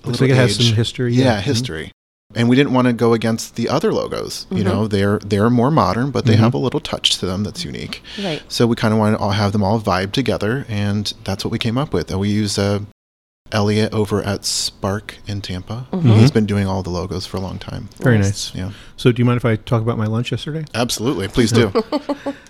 Speaker 1: Looks
Speaker 2: little
Speaker 1: like it has some
Speaker 2: aged.
Speaker 1: history,
Speaker 2: Yeah,
Speaker 1: yeah. Mhm.
Speaker 2: history. And we didn't want to go against the other logos.
Speaker 1: Mm-hmm.
Speaker 2: You know, they're they're more modern, but they
Speaker 1: Mhm.
Speaker 2: have a little touch to them that's unique.
Speaker 9: Right.
Speaker 2: So we kind of wanted to all have them all vibe together, and that's what we came up with. And we use uh, Elliot over at Spark in Tampa.
Speaker 1: Mm-hmm.
Speaker 2: He's been doing all the logos for a long time.
Speaker 1: Very
Speaker 9: Nice.
Speaker 1: nice.
Speaker 2: Yeah,
Speaker 1: So do you mind if I talk about my lunch yesterday?
Speaker 2: absolutely. Please do.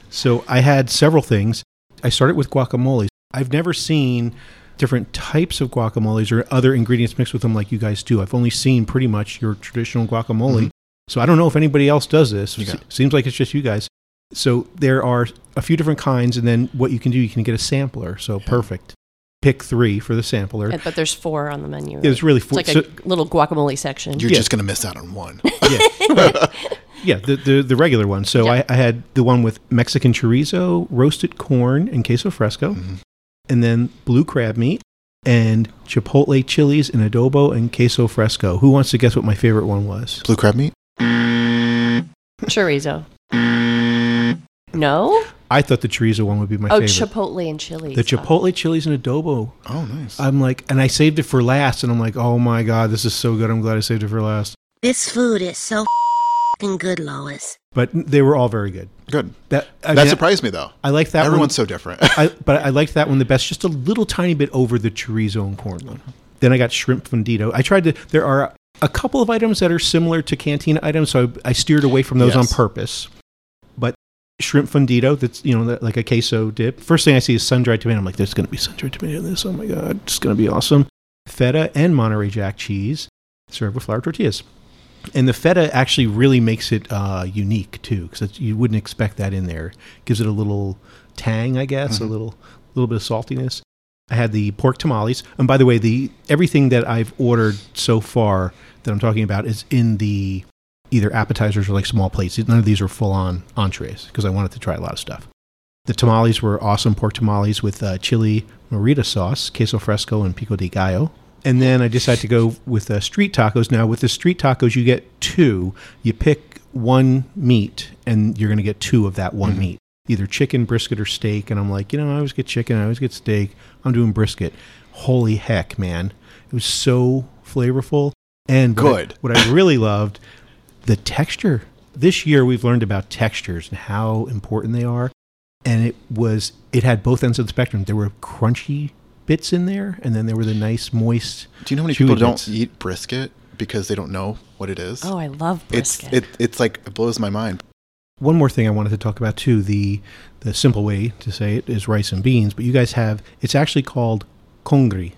Speaker 1: So I had several things. I started with guacamole. I've never seen different types of guacamoles or other ingredients mixed with them like you guys do. I've only seen pretty much your traditional guacamole. So I don't know if anybody else does this.
Speaker 2: Yeah.
Speaker 1: Se- Seems like it's just you guys. So there are a few different kinds, and then what you can do, you can get a sampler. So perfect. Pick three for the sampler.
Speaker 9: And- but there's four on the menu.
Speaker 1: Yeah, there's really four.
Speaker 9: It's like
Speaker 1: So-
Speaker 9: a little guacamole section.
Speaker 2: You're
Speaker 1: Yeah.
Speaker 2: just gonna miss out on one.
Speaker 1: Yeah, the, the, the regular one. So
Speaker 9: Yeah.
Speaker 1: I, I had the one with Mexican chorizo, roasted corn, and queso fresco,
Speaker 9: Mm-hmm.
Speaker 1: and then blue crab meat, and chipotle chilies and adobo and queso fresco. Who wants to guess what my favorite one was?
Speaker 2: Blue crab meat.
Speaker 9: Chorizo. no?
Speaker 1: I thought the chorizo one would be my
Speaker 9: oh,
Speaker 1: favorite.
Speaker 9: chipotle and chili.
Speaker 1: the chipotle chilies and adobo.
Speaker 2: Oh, nice.
Speaker 1: I'm like, and I saved it for last, and I'm like, oh my god, this is so good. I'm glad I saved it for last.
Speaker 10: This food is so fing good, Lois.
Speaker 1: But they were all very good.
Speaker 2: Good.
Speaker 1: That I
Speaker 2: That
Speaker 1: mean,
Speaker 2: surprised me though.
Speaker 1: I like that. one.
Speaker 2: Everyone's so different.
Speaker 1: I, but I liked that one the best, just a little tiny bit over the chorizo and corn one. Then I got shrimp fundido. I tried to. There are a couple of items that are similar to cantina items, so I, I steered away from those on
Speaker 2: Yes.
Speaker 1: purpose. But shrimp fundido, that's you know that, like a queso dip. First thing I see is sun dried tomato. I'm like, there's going to be sun dried tomato in this. Oh my god, it's going to be awesome. Feta and Monterey Jack cheese served with flour tortillas. And the feta actually really makes it uh, unique too, because you wouldn't expect that in there. Gives it a little tang, I guess, a little little bit of saltiness. I had the pork tamales, and by the way, the everything that I've ordered so far that I'm talking about is in the either appetizers or like small plates. None of these are full on entrees because I wanted to try a lot of stuff. The tamales were awesome pork tamales with uh, chili marita sauce, queso fresco, and pico de gallo. And then I decided to go with uh, street tacos. Now, with the street tacos, you get two. You pick one meat, and you're going to get two of that one meat either chicken, brisket, or steak. And I'm like, you know, I always get chicken, I always get steak. I'm doing brisket. Holy heck, man. It was so flavorful. And what I-
Speaker 2: Good.
Speaker 1: what I really loved the texture. This year we've learned about textures and how important they are. And it was it had both ends of the spectrum. There were crunchy bits in there and then there were the nice moist
Speaker 2: do you know how many
Speaker 1: chewy
Speaker 2: people don't
Speaker 1: bits.
Speaker 2: eat brisket because they don't know what it is?
Speaker 9: Oh, I love
Speaker 2: it's
Speaker 9: brisket.
Speaker 2: it, it's like it blows my mind.
Speaker 1: One more thing I wanted to talk about too, the the simple way to say it is rice and beans, but you guys have it's actually called congri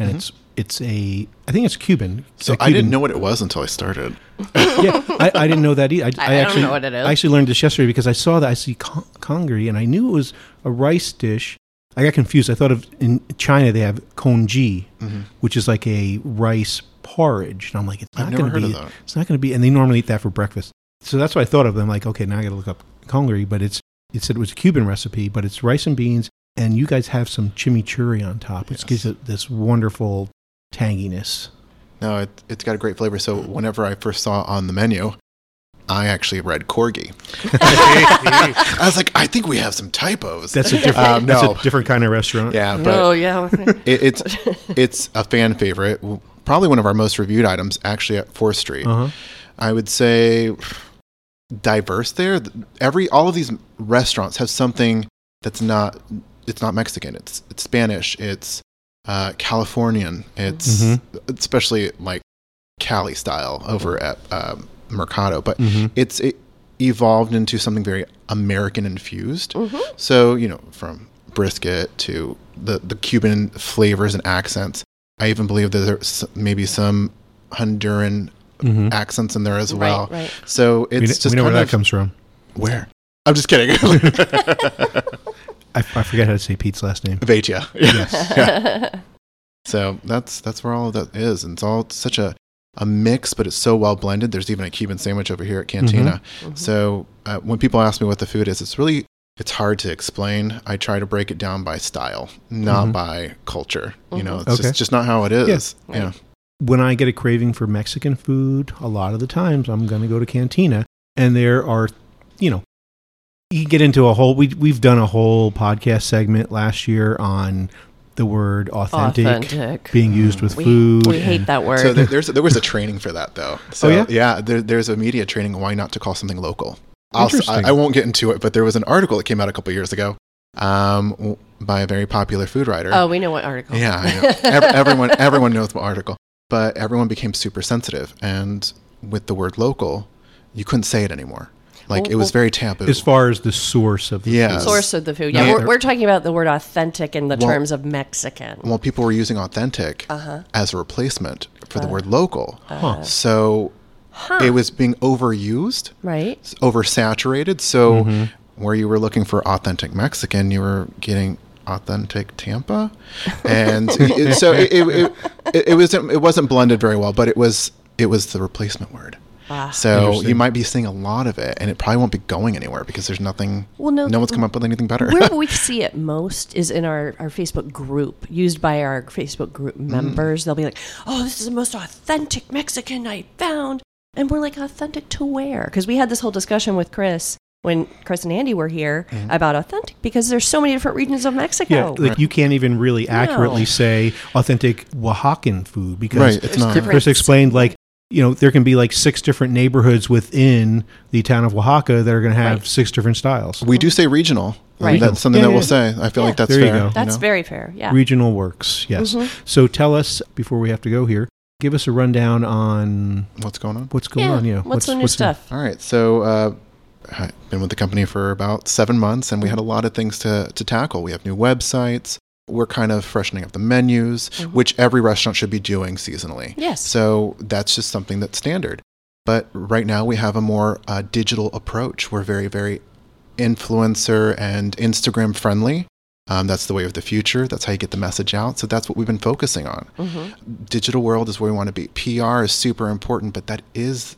Speaker 1: and it's It's a, I think it's Cuban.
Speaker 2: Mm-hmm. So
Speaker 1: A
Speaker 2: I didn't
Speaker 1: Cuban-
Speaker 2: know what it was until I started.
Speaker 1: yeah, I, I didn't know that either.
Speaker 9: I don't know what it is.
Speaker 1: I actually learned this yesterday because I saw that I see con- congri, and I knew it was a rice dish. I got confused. I thought of in China they have congee,
Speaker 2: Mm-hmm.
Speaker 1: which is like a rice porridge, and I'm like, it's
Speaker 2: I've
Speaker 1: not
Speaker 2: never
Speaker 1: going to
Speaker 2: heard
Speaker 1: be.
Speaker 2: of that.
Speaker 1: It's not going to be, and they normally eat that for breakfast. So that's what I thought of. I'm like, okay, now I got to look up congri, but it's it said it was a Cuban recipe, but it's rice and beans, and you guys have some chimichurri on top, which
Speaker 2: Yes.
Speaker 1: gives it this wonderful tanginess.
Speaker 2: No, it, it's got a great flavor. So whenever I first saw on the menu, I actually read corgi. I was like, I think we have some typos.
Speaker 1: That's a different,
Speaker 2: Um, no.
Speaker 1: that's a different kind of restaurant.
Speaker 2: yeah, but
Speaker 9: oh, yeah.
Speaker 2: it, it's it's a fan favorite. W- Probably one of our most reviewed items, actually at Fourth Street.
Speaker 1: Uh-huh.
Speaker 2: I would say diverse there. Th- Every all of these restaurants have something that's not it's not Mexican. It's it's Spanish. It's uh, Californian. It's
Speaker 1: Mhm.
Speaker 2: especially like Cali style over at um, Mercado, but
Speaker 1: Mhm.
Speaker 2: it's it evolved into something very American infused.
Speaker 9: Mm-hmm.
Speaker 2: So you know from brisket to the the Cuban flavors and accents. I even believe that there's maybe some Honduran
Speaker 1: Mhm.
Speaker 2: accents in there as
Speaker 9: Right,
Speaker 2: well.
Speaker 9: right.
Speaker 2: So it's
Speaker 1: we, kn-
Speaker 2: just
Speaker 1: we know where
Speaker 2: kind
Speaker 1: that
Speaker 2: of-
Speaker 1: comes from.
Speaker 2: Where? I'm just kidding.
Speaker 1: I, I forget how to say Pete's last name.
Speaker 2: Vatia.
Speaker 1: Yes.
Speaker 2: So that's that's where all of that is, and it's all such a a mix, but it's so well blended. There's even a Cuban sandwich over here at Cantina. So uh, when people ask me what the food is, it's really it's hard to explain. I try to break it down by style, not
Speaker 1: Mhm.
Speaker 2: by culture. You know, it's
Speaker 1: Okay.
Speaker 2: just, just not how it is.
Speaker 9: Yeah.
Speaker 2: Yeah.
Speaker 1: When I get a craving for Mexican food, a lot of the times I'm going to go to Cantina, and there are, you know, you can get into a whole. We we've done a whole podcast segment last year on the word authentic,
Speaker 9: Authentic.
Speaker 1: being used with
Speaker 9: We,
Speaker 1: food.
Speaker 9: we hate that word.
Speaker 2: So there, there's there was a training for that though.
Speaker 9: Oh,
Speaker 2: So
Speaker 1: yeah?
Speaker 2: there, there's a media training on why not to call something local. I'll, s-
Speaker 1: Interesting.
Speaker 2: I, I won't get into it, but there was an article that came out a couple years ago um, w- by a very popular food writer.
Speaker 9: oh, we know what article.
Speaker 2: Yeah, I know. Ev- everyone everyone knows the article, but everyone became super sensitive, and with the word local, you couldn't say it anymore. Like it was very taboo.
Speaker 1: As far as the source of the
Speaker 2: Yeah.
Speaker 9: Source of the food.
Speaker 2: No,
Speaker 9: Yeah,
Speaker 2: they're-
Speaker 9: we're, we're talking about the word authentic in the
Speaker 2: Well-
Speaker 9: terms of Mexican.
Speaker 2: well, people were using authentic
Speaker 9: Uh-huh. Uh.
Speaker 2: as a replacement for the word local, so
Speaker 9: Huh.
Speaker 2: it was being overused.
Speaker 9: right.
Speaker 2: s- oversaturated. So
Speaker 1: Mm-hmm.
Speaker 2: where you were looking for authentic Mexican, you were getting authentic Tampa, and it- so it, it, it, it wasn't it wasn't blended very well, but it was it was the replacement word.
Speaker 9: Ah.
Speaker 2: So you
Speaker 1: Interesting.
Speaker 2: might be seeing a lot of it, and it probably won't be going anywhere because there's nothing.
Speaker 9: Well, no,
Speaker 2: no one's come up with anything better.
Speaker 9: Where we see it most is in our, our Facebook group, used by our Facebook group members. They'll be like, oh, this is the most authentic Mexican I found. And we're like, authentic to where? Because we had this whole discussion with Chris when Chris and Andy were here about authentic because there's so many different regions of
Speaker 1: Yeah,
Speaker 4: oh.
Speaker 9: Mexico.
Speaker 1: like you can't even really accurately
Speaker 9: No.
Speaker 1: say authentic Oaxacan food because
Speaker 2: Right, it's not.
Speaker 1: Chris explained like you know there can be like six different neighborhoods within the town of Oaxaca that are going to have
Speaker 9: Right.
Speaker 1: six different styles.
Speaker 2: We do say regional.
Speaker 9: Right.
Speaker 2: That's something
Speaker 1: Yeah,
Speaker 2: that
Speaker 1: yeah,
Speaker 2: we'll say. I feel
Speaker 9: Yeah.
Speaker 2: like that's
Speaker 1: There you
Speaker 2: fair.
Speaker 1: go.
Speaker 9: That's
Speaker 2: know?
Speaker 9: very fair. Yeah.
Speaker 1: Regional works, yes.
Speaker 9: Mhm.
Speaker 1: So tell us before we have to go here. Give us a rundown on
Speaker 2: What's going on?
Speaker 1: what's going on. Yeah,
Speaker 9: What's, the new stuff?
Speaker 2: All right. So uh, I've been with the company for about seven months, and we had a lot of things to, to tackle. We have new websites. We're kind of freshening up the menus, which every restaurant should be doing seasonally.
Speaker 9: Yes.
Speaker 2: So that's just something that's standard. But right now we have a more uh, digital approach. We're very, very influencer and Instagram friendly. Um, that's the way of the future. That's how you get the message out. So that's what we've been focusing on. Digital world is where we want to be. PR is super important, but that is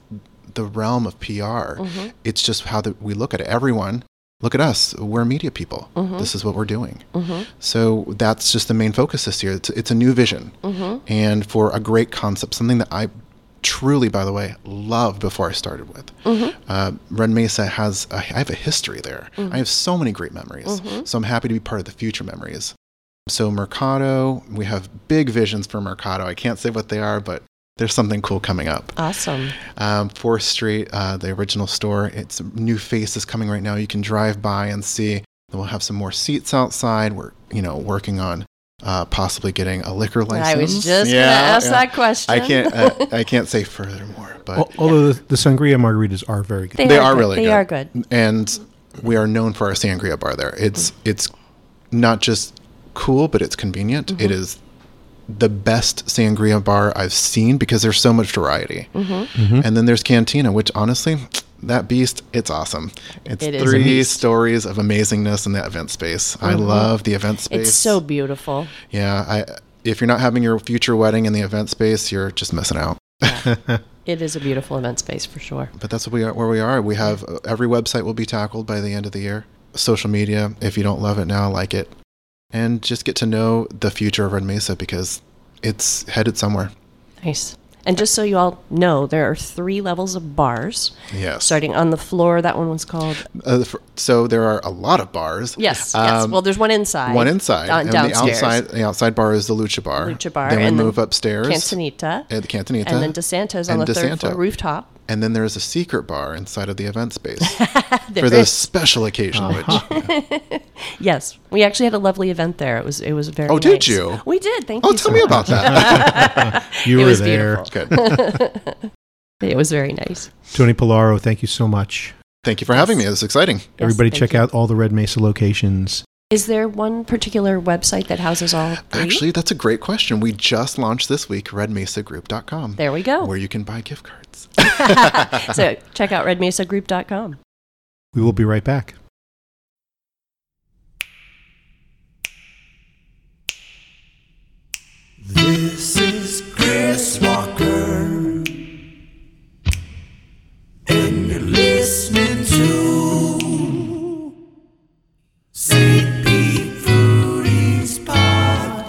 Speaker 2: the realm of PR. It's just how that we look at it. Everyone, look at us. We're media people. This is what we're doing. So that's just the main focus this year. It's, it's a new vision and for a great concept, something that I truly, by the way, loved before I started with. Uh, Red Mesa has, a, I have a history there. I have so many great memories. So I'm happy to be part of the future memories. So Mercado, we have big visions for Mercado. I can't say what they are, but there's something cool coming up.
Speaker 9: Awesome.
Speaker 2: Um, Fourth Street, uh, the original store. It's new faces coming right now. You can drive by and see. And we'll have some more seats outside. We're you know working on uh, possibly getting a liquor license.
Speaker 9: I was just
Speaker 2: Yeah,
Speaker 9: going to ask
Speaker 2: yeah.
Speaker 9: that question.
Speaker 2: I can't. Uh, I can't say furthermore, but
Speaker 1: Al- Uh, Although the, the sangria margaritas are very good.
Speaker 9: They,
Speaker 2: they
Speaker 9: are,
Speaker 2: are
Speaker 9: good.
Speaker 2: really
Speaker 9: They
Speaker 2: good.
Speaker 9: are good.
Speaker 2: and we are known for our sangria bar there. It's it's not just cool, but it's convenient. It is the best sangria bar I've seen because there's so much variety. And then there's Cantina, which honestly, that beast, it's awesome. It's
Speaker 4: It is a
Speaker 2: three
Speaker 4: beast.
Speaker 2: stories of amazingness in the event space. I love the event space.
Speaker 4: It's so beautiful.
Speaker 2: yeah. I if you're not having your future wedding in the event space, you're just missing out.
Speaker 4: It is a beautiful event space for sure.
Speaker 2: But that's what we are, where we are. We have uh, every website will be tackled by the end of the year. Social media, if you don't love it now, like it, and just get to know the future of Red Mesa because it's headed somewhere.
Speaker 4: Nice. And just so you all know, there are three levels of bars.
Speaker 2: Yes.
Speaker 4: Starting on the floor, that one was called.
Speaker 2: Uh, f- so there are a lot of bars.
Speaker 4: Yes, yes.
Speaker 2: Um,
Speaker 4: Well, there's one inside.
Speaker 2: one inside,
Speaker 4: down-
Speaker 2: and
Speaker 4: downstairs.
Speaker 2: the outside. The outside bar is the Lucha Bar.
Speaker 4: Lucha Bar,
Speaker 2: Then we
Speaker 4: and then
Speaker 2: move upstairs.
Speaker 4: Cantonita.
Speaker 2: Uh, the Cantonita.
Speaker 4: And then DeSanto's on
Speaker 2: and
Speaker 4: the third
Speaker 2: DeSanto.
Speaker 4: floor rooftop.
Speaker 2: And then there is a secret bar inside of the event space for this special occasion. Which
Speaker 4: Yes, we actually had a lovely event there. It was it was very.
Speaker 2: Oh, did
Speaker 4: nice.
Speaker 2: you?
Speaker 4: We did. Thank
Speaker 2: oh,
Speaker 4: you.
Speaker 2: tell
Speaker 4: so
Speaker 2: me
Speaker 4: much.
Speaker 2: about that.
Speaker 1: You
Speaker 4: It
Speaker 1: were
Speaker 4: was
Speaker 1: there.
Speaker 4: beautiful.
Speaker 2: Good.
Speaker 4: It was very nice.
Speaker 1: Tony Polaro, thank you so much.
Speaker 2: Thank you for having me. It was exciting.
Speaker 4: Yes,
Speaker 1: Everybody
Speaker 4: thank
Speaker 1: check
Speaker 4: you.
Speaker 1: out all the Red Mesa locations.
Speaker 4: Is there one particular website that houses all three?
Speaker 2: Actually, that's a great question. We just launched this week redmesagroup.com.
Speaker 4: There we go.
Speaker 2: Where you can buy gift cards.
Speaker 4: so check out redmesagroup.com.
Speaker 1: We will be right back.
Speaker 11: This is Chris Walker. And you're listening to CP Foodies Podcast.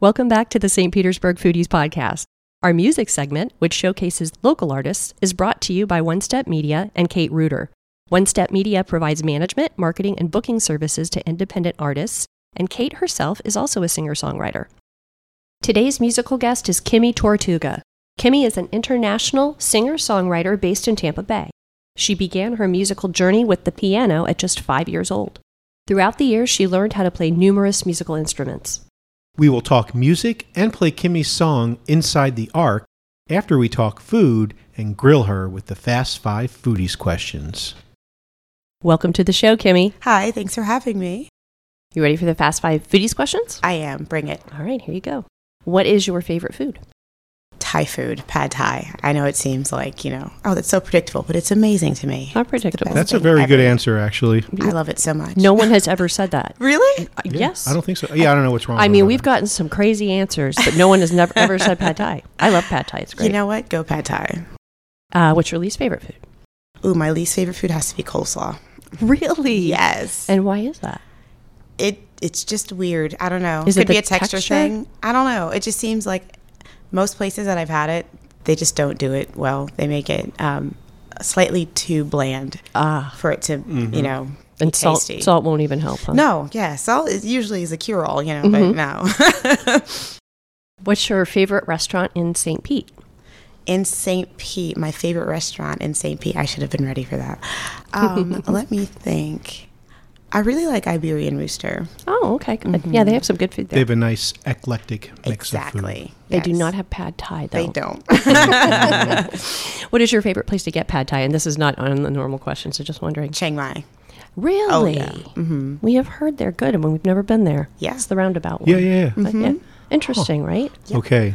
Speaker 4: Welcome back to the St. Petersburg Foodies Podcast. Our music segment, which showcases local artists, is brought to you by One Step Media and Kate Reuter. One Step Media provides management, marketing, and booking services to independent artists, and Kate herself is also a singer songwriter. Today's musical guest is Kimmy Tortuga. Kimmy is an international singer songwriter based in Tampa Bay. She began her musical journey with the piano at just five years old. Throughout the years, she learned how to play numerous musical instruments.
Speaker 1: We will talk music and play Kimmy's song Inside the Ark after we talk food and grill her with the Fast Five Foodies questions.
Speaker 4: Welcome to the show, Kimmy.
Speaker 12: Hi, thanks for having me.
Speaker 4: You ready for the Fast Five Foodies questions?
Speaker 12: I am. Bring it.
Speaker 4: All right, here you go. What is your favorite food?
Speaker 12: Thai food, pad thai. I know it seems like, you know, oh, that's so predictable, but it's amazing to me.
Speaker 4: Not predictable.
Speaker 12: Best
Speaker 1: That's a
Speaker 12: thing
Speaker 1: very good
Speaker 12: ever.
Speaker 1: answer, actually.
Speaker 12: I love it so much.
Speaker 4: No one has ever said that.
Speaker 12: Really?
Speaker 4: Uh, yes.
Speaker 1: I don't think so. Yeah, I don't know what's wrong.
Speaker 4: I
Speaker 1: with
Speaker 4: mean,
Speaker 1: that.
Speaker 4: we've gotten some crazy answers, but no one has never ever said pad thai. I love pad thai. It's great.
Speaker 12: You know what? Go pad thai.
Speaker 4: uh, what's your least favorite food?
Speaker 12: Ooh, my least favorite food has to be coleslaw.
Speaker 4: Really?
Speaker 12: Yes.
Speaker 4: And why is that?
Speaker 12: It it's just weird. I don't know.
Speaker 4: Is it
Speaker 12: Could be
Speaker 4: the
Speaker 12: a texture,
Speaker 4: texture?
Speaker 12: thing. I don't know. It just seems like most places that I've had it, they just don't do it well. They make it um, slightly too bland
Speaker 4: Ah,
Speaker 12: for it to, you know,
Speaker 4: and
Speaker 12: be
Speaker 4: salt.
Speaker 12: tasty.
Speaker 4: Salt won't even help. Huh?
Speaker 12: No, yeah, salt is usually is a cure all, you know, but
Speaker 4: Mm-hmm.
Speaker 12: no.
Speaker 4: What's your favorite restaurant in St. Pete?
Speaker 12: in St. Pete, my favorite restaurant in St. Pete. I should have been ready for that. Um, let me think. I really like Iberian Rooster.
Speaker 4: Oh, okay. Good. Yeah, they have some good food
Speaker 1: they
Speaker 4: there.
Speaker 1: have a nice eclectic mix of food.
Speaker 12: exactly.
Speaker 4: They do
Speaker 12: Yes.
Speaker 4: not have pad thai though.
Speaker 12: They don't.
Speaker 4: What is your favorite place to get pad thai? And this is not on the normal question, so just wondering.
Speaker 12: Chiang Mai.
Speaker 4: Really?
Speaker 12: Oh, yeah. Mm-hmm.
Speaker 4: We have heard they're good, and we've never been there.
Speaker 12: Yeah. Mm-hmm.
Speaker 4: It's the roundabout one.
Speaker 1: Yeah, yeah, yeah.
Speaker 4: But yeah. Interesting, right?
Speaker 1: Okay,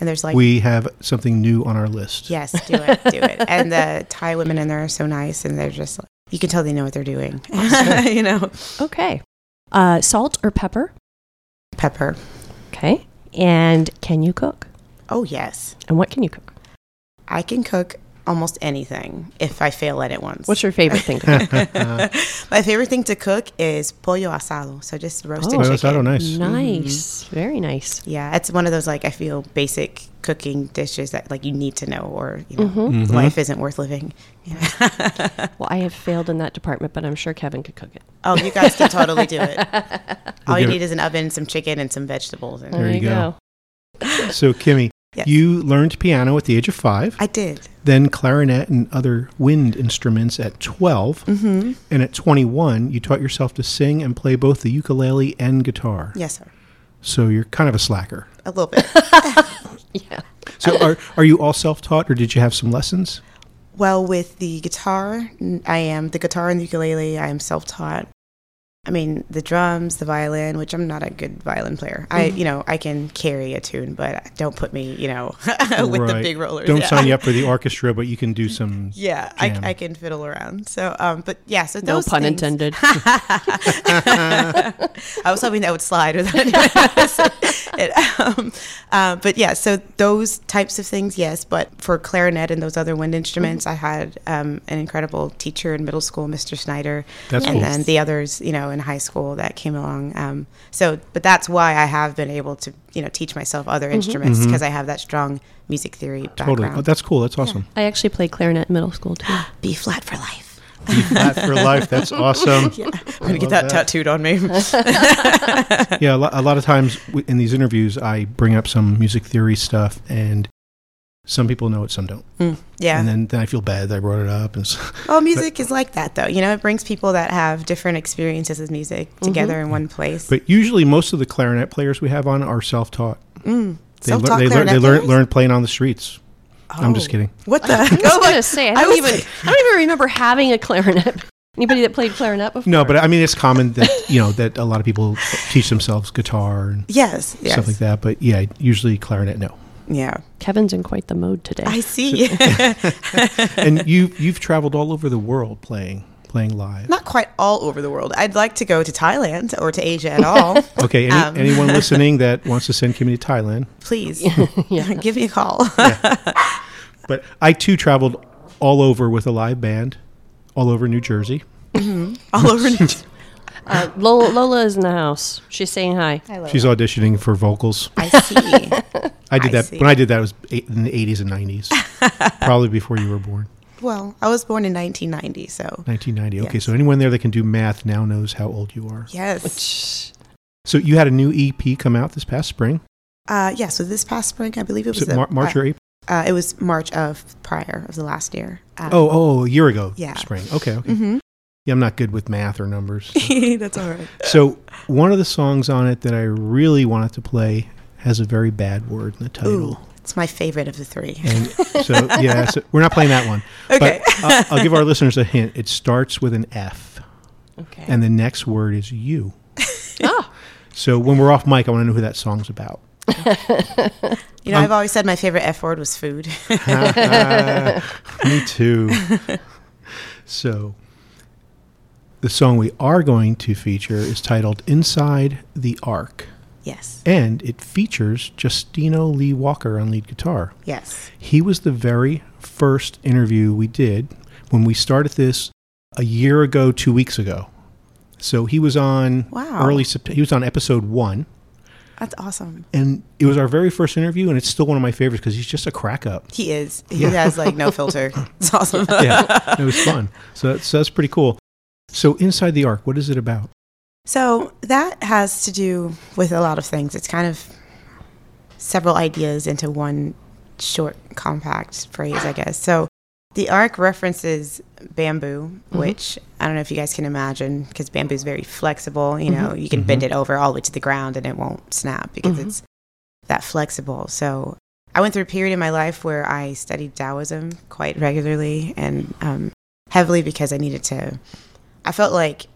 Speaker 12: And there's like,
Speaker 1: we have something new on our list.
Speaker 12: yes, do it, do it. And the Thai women in there are so nice, and they're just, like, you can tell they know what they're doing. you know,
Speaker 4: Okay. Uh, salt or pepper?
Speaker 12: pepper.
Speaker 4: Okay. And can you cook?
Speaker 12: Oh yes,
Speaker 4: And what can you cook?
Speaker 12: I can cook almost anything if I fail at it once.
Speaker 4: What's your favorite thing? to cook?
Speaker 12: My favorite thing to cook is pollo asado. So just roasted
Speaker 4: Oh.
Speaker 1: Well,
Speaker 12: chicken.
Speaker 1: that's- I don't know. Nice.
Speaker 4: Nice. Mm-hmm. Very nice.
Speaker 12: Yeah, it's one of those like I feel basic cooking dishes that like you need to know or you know
Speaker 4: Mhm.
Speaker 1: Mhm.
Speaker 12: life isn't worth living.
Speaker 4: Well, I have failed in that department, but I'm sure Kevin could cook it.
Speaker 12: Oh, you guys can totally do it. All you
Speaker 1: give it-
Speaker 12: Oh,
Speaker 1: Mm.
Speaker 12: need is an oven, some chicken, and some vegetables. And
Speaker 1: There you go. So, Kimmy,
Speaker 12: Yes.
Speaker 1: you learned piano at the age of five,
Speaker 12: I did.
Speaker 1: then clarinet and other wind instruments at 12,
Speaker 12: Mm-hmm.
Speaker 1: and at 21, you taught yourself to sing and play both the ukulele and guitar.
Speaker 12: Yes, sir.
Speaker 1: So, you're kind of a slacker.
Speaker 12: A little bit.
Speaker 1: So, are, are you all self taught or did you have some lessons?
Speaker 12: well, with the guitar, n- I am the guitar and the ukulele. I am self-taught. I mean, the drums, the violin, which I'm not a good violin player. I, you know, I can carry a tune, but don't put me, you know, with the
Speaker 1: Right.
Speaker 12: big rollers.
Speaker 1: Don't
Speaker 12: Yeah.
Speaker 1: sign you up for the orchestra, but you can do some.
Speaker 12: Yeah, I,
Speaker 1: jam.
Speaker 12: I can fiddle around. So, um, but yeah, so
Speaker 4: No
Speaker 12: those
Speaker 4: pun
Speaker 12: things-
Speaker 4: intended.
Speaker 12: I was hoping that would slide without it. Um, uh, but yeah, so those types of things, yes. But for clarinet and those other wind instruments,
Speaker 1: Mm-hmm.
Speaker 12: I had um, an incredible teacher in middle school, Mr. Snyder,
Speaker 1: That's
Speaker 12: and
Speaker 1: cool.
Speaker 12: then the others, you know, in high school that came along. Um, so, but that's why I have been able to, you know, teach myself other instruments
Speaker 1: Mhm.
Speaker 12: because I have that strong music theory background.
Speaker 1: Totally. Oh, that's cool. That's awesome.
Speaker 4: I actually played clarinet in middle school too.
Speaker 12: B flat for life.
Speaker 1: Be flat for life. That's awesome.
Speaker 12: Yeah. I'm
Speaker 1: I
Speaker 12: gonna
Speaker 1: love
Speaker 12: get that,
Speaker 1: that.
Speaker 12: tattooed on me.
Speaker 1: yeah, a lot, a lot of times w- in these interviews, I bring up some music theory stuff, and some people know it, some don't.
Speaker 12: Mm, yeah.
Speaker 1: And then, then I feel bad that I brought it up. And so,
Speaker 12: Well, music is like that, though. You know, it brings people that have different experiences with music together in one place.
Speaker 1: Mm-hmm. but usually, most of the clarinet players we have on are self taught.
Speaker 12: Mm.
Speaker 1: They, learn
Speaker 12: Self-taught
Speaker 1: they, learn, they
Speaker 12: clarinet
Speaker 1: learn,
Speaker 12: players?
Speaker 1: learn playing on the streets. I'm just kidding.
Speaker 12: Oh. What the?
Speaker 4: I was gonna say I
Speaker 12: Oh I
Speaker 4: don't
Speaker 12: was
Speaker 4: even
Speaker 12: like-
Speaker 4: I don't even remember having a clarinet. Anybody that played clarinet before?
Speaker 1: No, but I mean, it's common that, you know, that a lot of people teach themselves guitar and
Speaker 12: Yes, yes.
Speaker 1: stuff like that. But yeah, usually clarinet, no.
Speaker 12: Yeah,
Speaker 4: Kevin's in quite the mode today.
Speaker 12: I see.
Speaker 1: and you, you've traveled all over the world playing, playing live.
Speaker 12: Not quite all over the world. I'd like to go to Thailand or to Asia at all.
Speaker 1: Okay, any,
Speaker 12: Um,
Speaker 1: anyone listening that wants to send Kimmy to Thailand,
Speaker 12: please give me a call.
Speaker 1: but I too traveled all over with a live band, all over New Jersey.
Speaker 12: all over. New-
Speaker 4: Uh, Lola, Lola is in the house. She's saying hi.
Speaker 1: She's
Speaker 12: Oh.
Speaker 1: auditioning for vocals.
Speaker 12: I see.
Speaker 1: I did
Speaker 12: I
Speaker 1: that
Speaker 12: see.
Speaker 1: when I did that it was eight, in the eighties and nineties, probably before you were born,
Speaker 12: Well, I was born in 1990, so
Speaker 1: nineteen ninety. Okay,
Speaker 12: Yes.
Speaker 1: so anyone there that can do math now knows how old you are.
Speaker 12: yes.
Speaker 1: So you had a new EP come out this past spring,
Speaker 12: Uh, yeah, so this past spring, I believe it was
Speaker 1: so
Speaker 12: the-
Speaker 1: Mar- March or April?
Speaker 12: Uh, it was March of prior of the last year. Uh,
Speaker 1: Oh, oh, a year ago.
Speaker 12: yeah.
Speaker 1: spring. Okay, okay.
Speaker 12: hmm
Speaker 1: Yeah, I'm not good with math or numbers.
Speaker 12: Mm-hmm. That's all right.
Speaker 1: So one of the songs on it that I really wanted to play has a very bad word in the title.
Speaker 12: Ooh, it's my favorite of the three.
Speaker 1: And so yeah, so we're not playing that one.
Speaker 12: Okay.
Speaker 1: But I'll, I'll give our listeners a hint. It starts with an F,
Speaker 4: Okay.
Speaker 1: and the next word is you. So when we're off mic, I want to know who that song's about.
Speaker 12: You know, I've always said my favorite F word was food.
Speaker 1: Me too. so the song we are going to feature is titled "Inside the Ark,"
Speaker 12: yes.
Speaker 1: and it features Justino Lee Walker on lead guitar.
Speaker 12: Yes.
Speaker 1: He was the very first interview we did when we started this a year ago, two weeks ago. So he was on
Speaker 12: Wow.
Speaker 1: early September. He was on episode one,
Speaker 12: That's awesome.
Speaker 1: and it was our very first interview, and it's still one of my favorites because he's just a crack up.
Speaker 12: He is. He has like no filter. It's awesome.
Speaker 1: yeah, it was fun. So that's, so that's pretty cool. So inside the arc, what is it about?
Speaker 12: So that has to do with a lot of things. It's kind of several ideas into one short, compact phrase, I guess. So the arc references bamboo, which I don't know if you guys can imagine because bamboo is very flexible. You know, you can bend it over all the way to the ground and it won't snap because it's that flexible. So I went through a period in my life where I studied Taoism quite regularly and um, heavily because I needed to. I felt like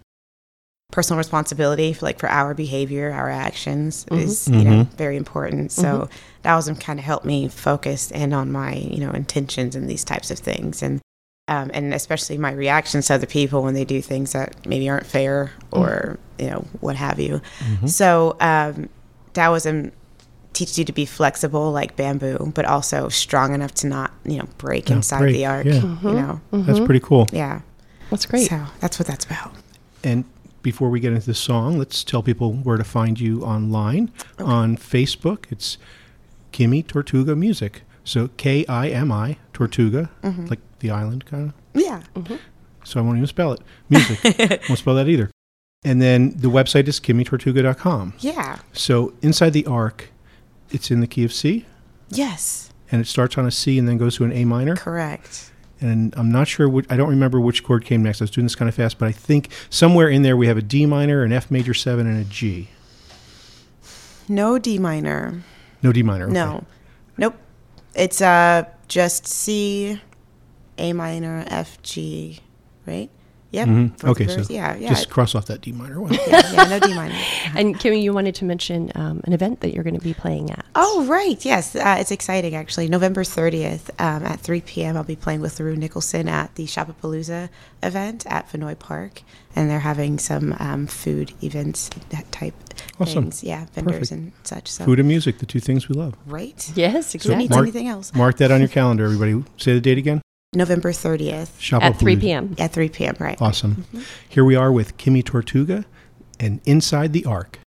Speaker 12: personal responsibility for like for our behavior, our actions is you know
Speaker 1: Mm-hmm.
Speaker 12: very important. So Taoism kind of helped me focus in on my you know intentions and these types of things and. Um, and especially my reactions to other people when they do things that maybe aren't fair or you know what have you.
Speaker 1: Mm-hmm.
Speaker 12: So um, Taoism teaches you to be flexible like bamboo, but also strong enough to not you know break
Speaker 1: Yeah,
Speaker 12: inside
Speaker 1: break,
Speaker 12: the arc.
Speaker 1: yeah.
Speaker 12: You know,
Speaker 1: That's pretty cool.
Speaker 12: yeah.
Speaker 4: Mm-hmm. That's great.
Speaker 12: So that's what that's about.
Speaker 1: And before we get into the song, let's tell people where to find you online. On Facebook, it's Kimmy Tortuga Music. So K I M I Tortuga, like the island kind of.
Speaker 12: Yeah.
Speaker 1: So I won't even spell it. Music. won't spell that either. And then the website is kimmytortuga.com.
Speaker 12: Yeah.
Speaker 1: So inside the arc, it's in the key of C,
Speaker 12: Yes.
Speaker 1: and it starts on a C and then goes to an A minor.
Speaker 12: Correct.
Speaker 1: and I'm not sure which, I don't remember which chord came next. I was doing this kind of fast, but I think somewhere in there we have a D minor, an F major 7, and a G.
Speaker 12: No D minor.
Speaker 1: No D minor. okay.
Speaker 12: No. Nope. It's uh just C, A minor, F, G, right?
Speaker 13: Yep.
Speaker 1: Mhm.
Speaker 13: fourth
Speaker 1: Okay,
Speaker 13: verse.
Speaker 1: so
Speaker 13: yeah, yeah.
Speaker 1: just cross off that D minor one.
Speaker 13: yeah, yeah, no D minor.
Speaker 4: And Kimmy, you wanted to mention um, an event that you're going to be playing at.
Speaker 13: Oh, right. Yes. Uh, it's exciting, actually. November 30th um, at 3 p.m., I'll be playing with LaRue Nicholson at the Shopapalooza event at Vinoy Park. And they're having some um, food events, that type
Speaker 1: Awesome.
Speaker 13: things. Yeah, vendors
Speaker 1: Perfect.
Speaker 13: and such. So.
Speaker 1: Food and music, the two things we love.
Speaker 13: Right?
Speaker 14: Yes,
Speaker 13: Who needs
Speaker 1: mark,
Speaker 13: anything else?
Speaker 1: Mark that on your calendar, everybody. Say the date again.
Speaker 13: November 30th.
Speaker 1: At 3 Shopapalooza.
Speaker 4: p.m..
Speaker 13: At 3 p.m., right.
Speaker 1: Awesome.
Speaker 13: Mm-hmm.
Speaker 1: Here we are with Kimmy Tortuga and Inside the Ark.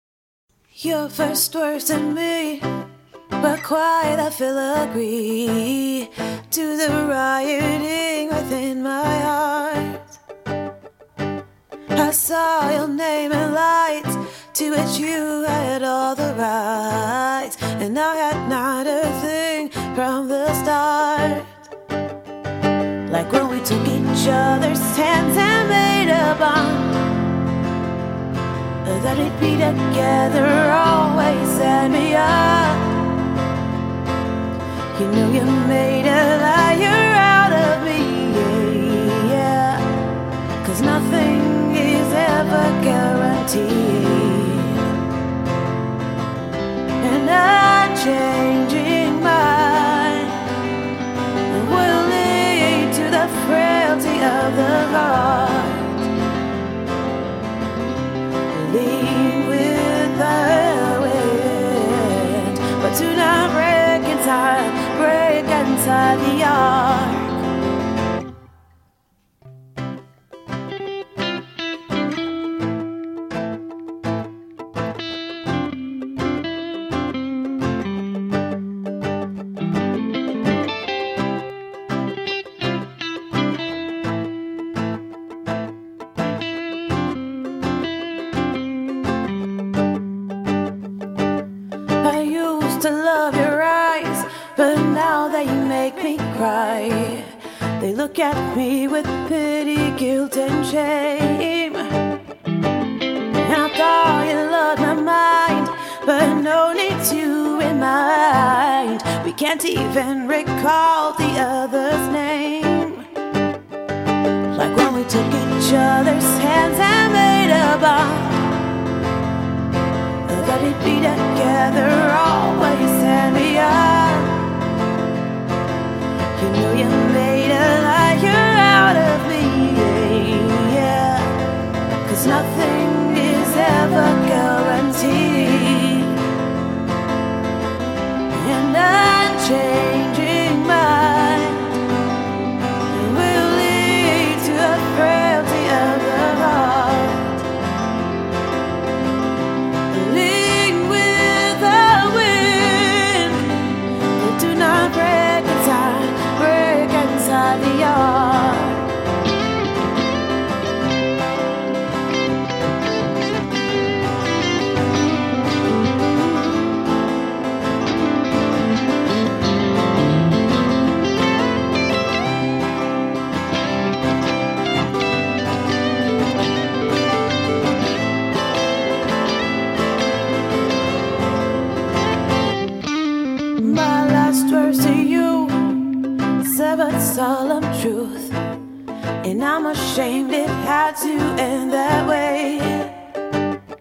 Speaker 12: Your first words in me were quite a filigree to the rioting within my heart. I saw your name in lights to which you had all the rights, and I had not a thing from the start. Like when we took each other's hands and made a bond that it be together always and beyond. You know you made a liar out of me, yeah, yeah. 'Cause nothing is ever guaranteed. And I'm changing mine will lead to the frailty of the heart. Lean with the wind, but do not break inside, break inside the ark. I used to love your eyes, but now they make me cry. They look at me with pity, guilt, and shame. I thought you loved my mind, but no need to remind. We can't even recall the other's name. Like when we took each other's hands and made a bond that it be together always and beyond. You know you made a liar out of me, yeah. 'Cause nothing is ever guaranteed. And unchanging mind will lead to the frailty of the heart. Lean with the wind, but do not break inside, break inside the yard. My last words to you severed solemn truth, and I'm ashamed it had to end that way.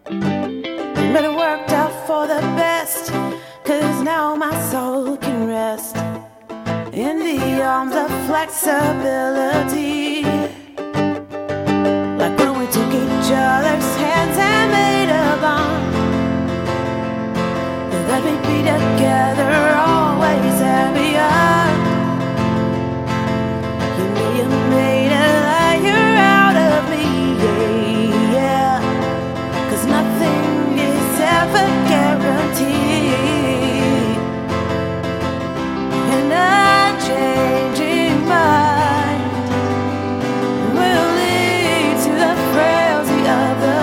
Speaker 12: But it worked out for the best, cause now my soul can rest in the arms of flexibility. Like when we took each other's hands and made a bond. Let me be together always and beyond. You know you made a liar out of me, yeah. 'Cause nothing is ever guaranteed. And unchanging mind will lead to the frailty of the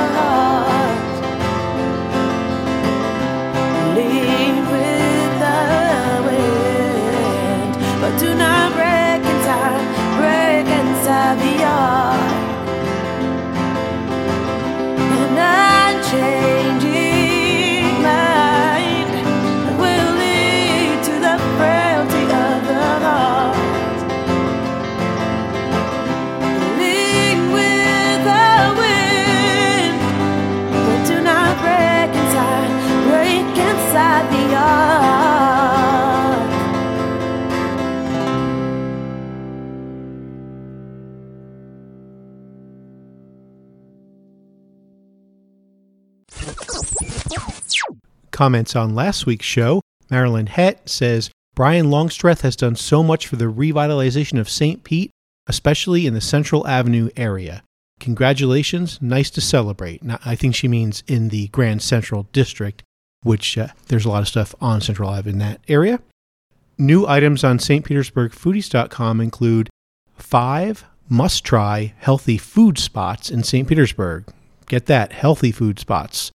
Speaker 1: Comments on last week's show, Marilyn Het says Brian Longstreth has done so much for the revitalization of St. Pete, especially in the Central Avenue area. Congratulations, nice to celebrate. Now, I think she means in the Grand Central District, which uh, there's a lot of stuff on Central Ave in that area. New items on stpetersburgfoodies.com include five must try healthy food spots in St. Petersburg. Get that, healthy food spots.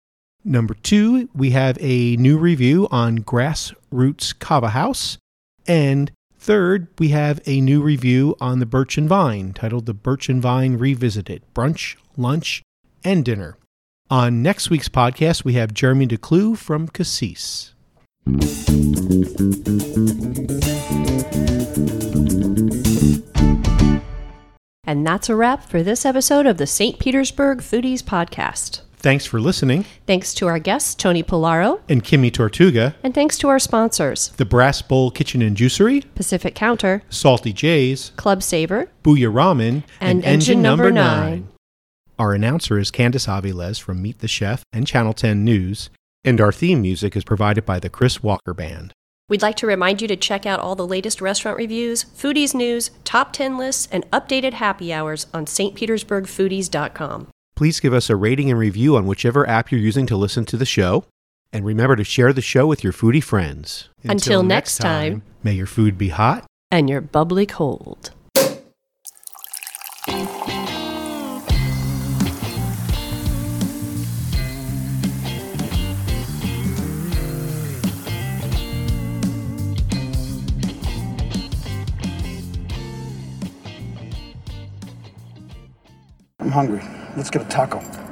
Speaker 1: Number two, we have a new review on Grassroots Kava House. And third, we have a new review on the Birch and Vine titled The Birch and Vine Revisited Brunch, Lunch, and Dinner. On next week's podcast, we have Jeremy DeClue from Cassis.
Speaker 4: And that's a wrap for this episode of the St. Petersburg Foodies Podcast.
Speaker 1: Thanks for listening,
Speaker 4: Thanks to our guests, Tony Polaro,
Speaker 1: and Kimmy Tortuga,
Speaker 4: and thanks to our sponsors,
Speaker 1: the Brass Bowl Kitchen and Juicery,
Speaker 4: Pacific Counter,
Speaker 1: Salty J's,
Speaker 4: Club Saver,
Speaker 1: Booyah Ramen,
Speaker 4: And Engine Number Nine.
Speaker 1: Our announcer is Candice Aviles from Meet the Chef and Channel 10 News, and our theme music is provided by the Chris Walker Band.
Speaker 4: We'd like to remind you to check out all the latest restaurant reviews, foodies news, top 10 lists, and updated happy hours on stpetersburgfoodies.com.
Speaker 1: Please give us a rating and review on whichever app you're using to listen to the show, and remember to share the show with your foodie friends.
Speaker 4: Until next time.
Speaker 1: may your food be hot.
Speaker 4: And your bubbly cold.
Speaker 15: I'm hungry. Let's get a taco.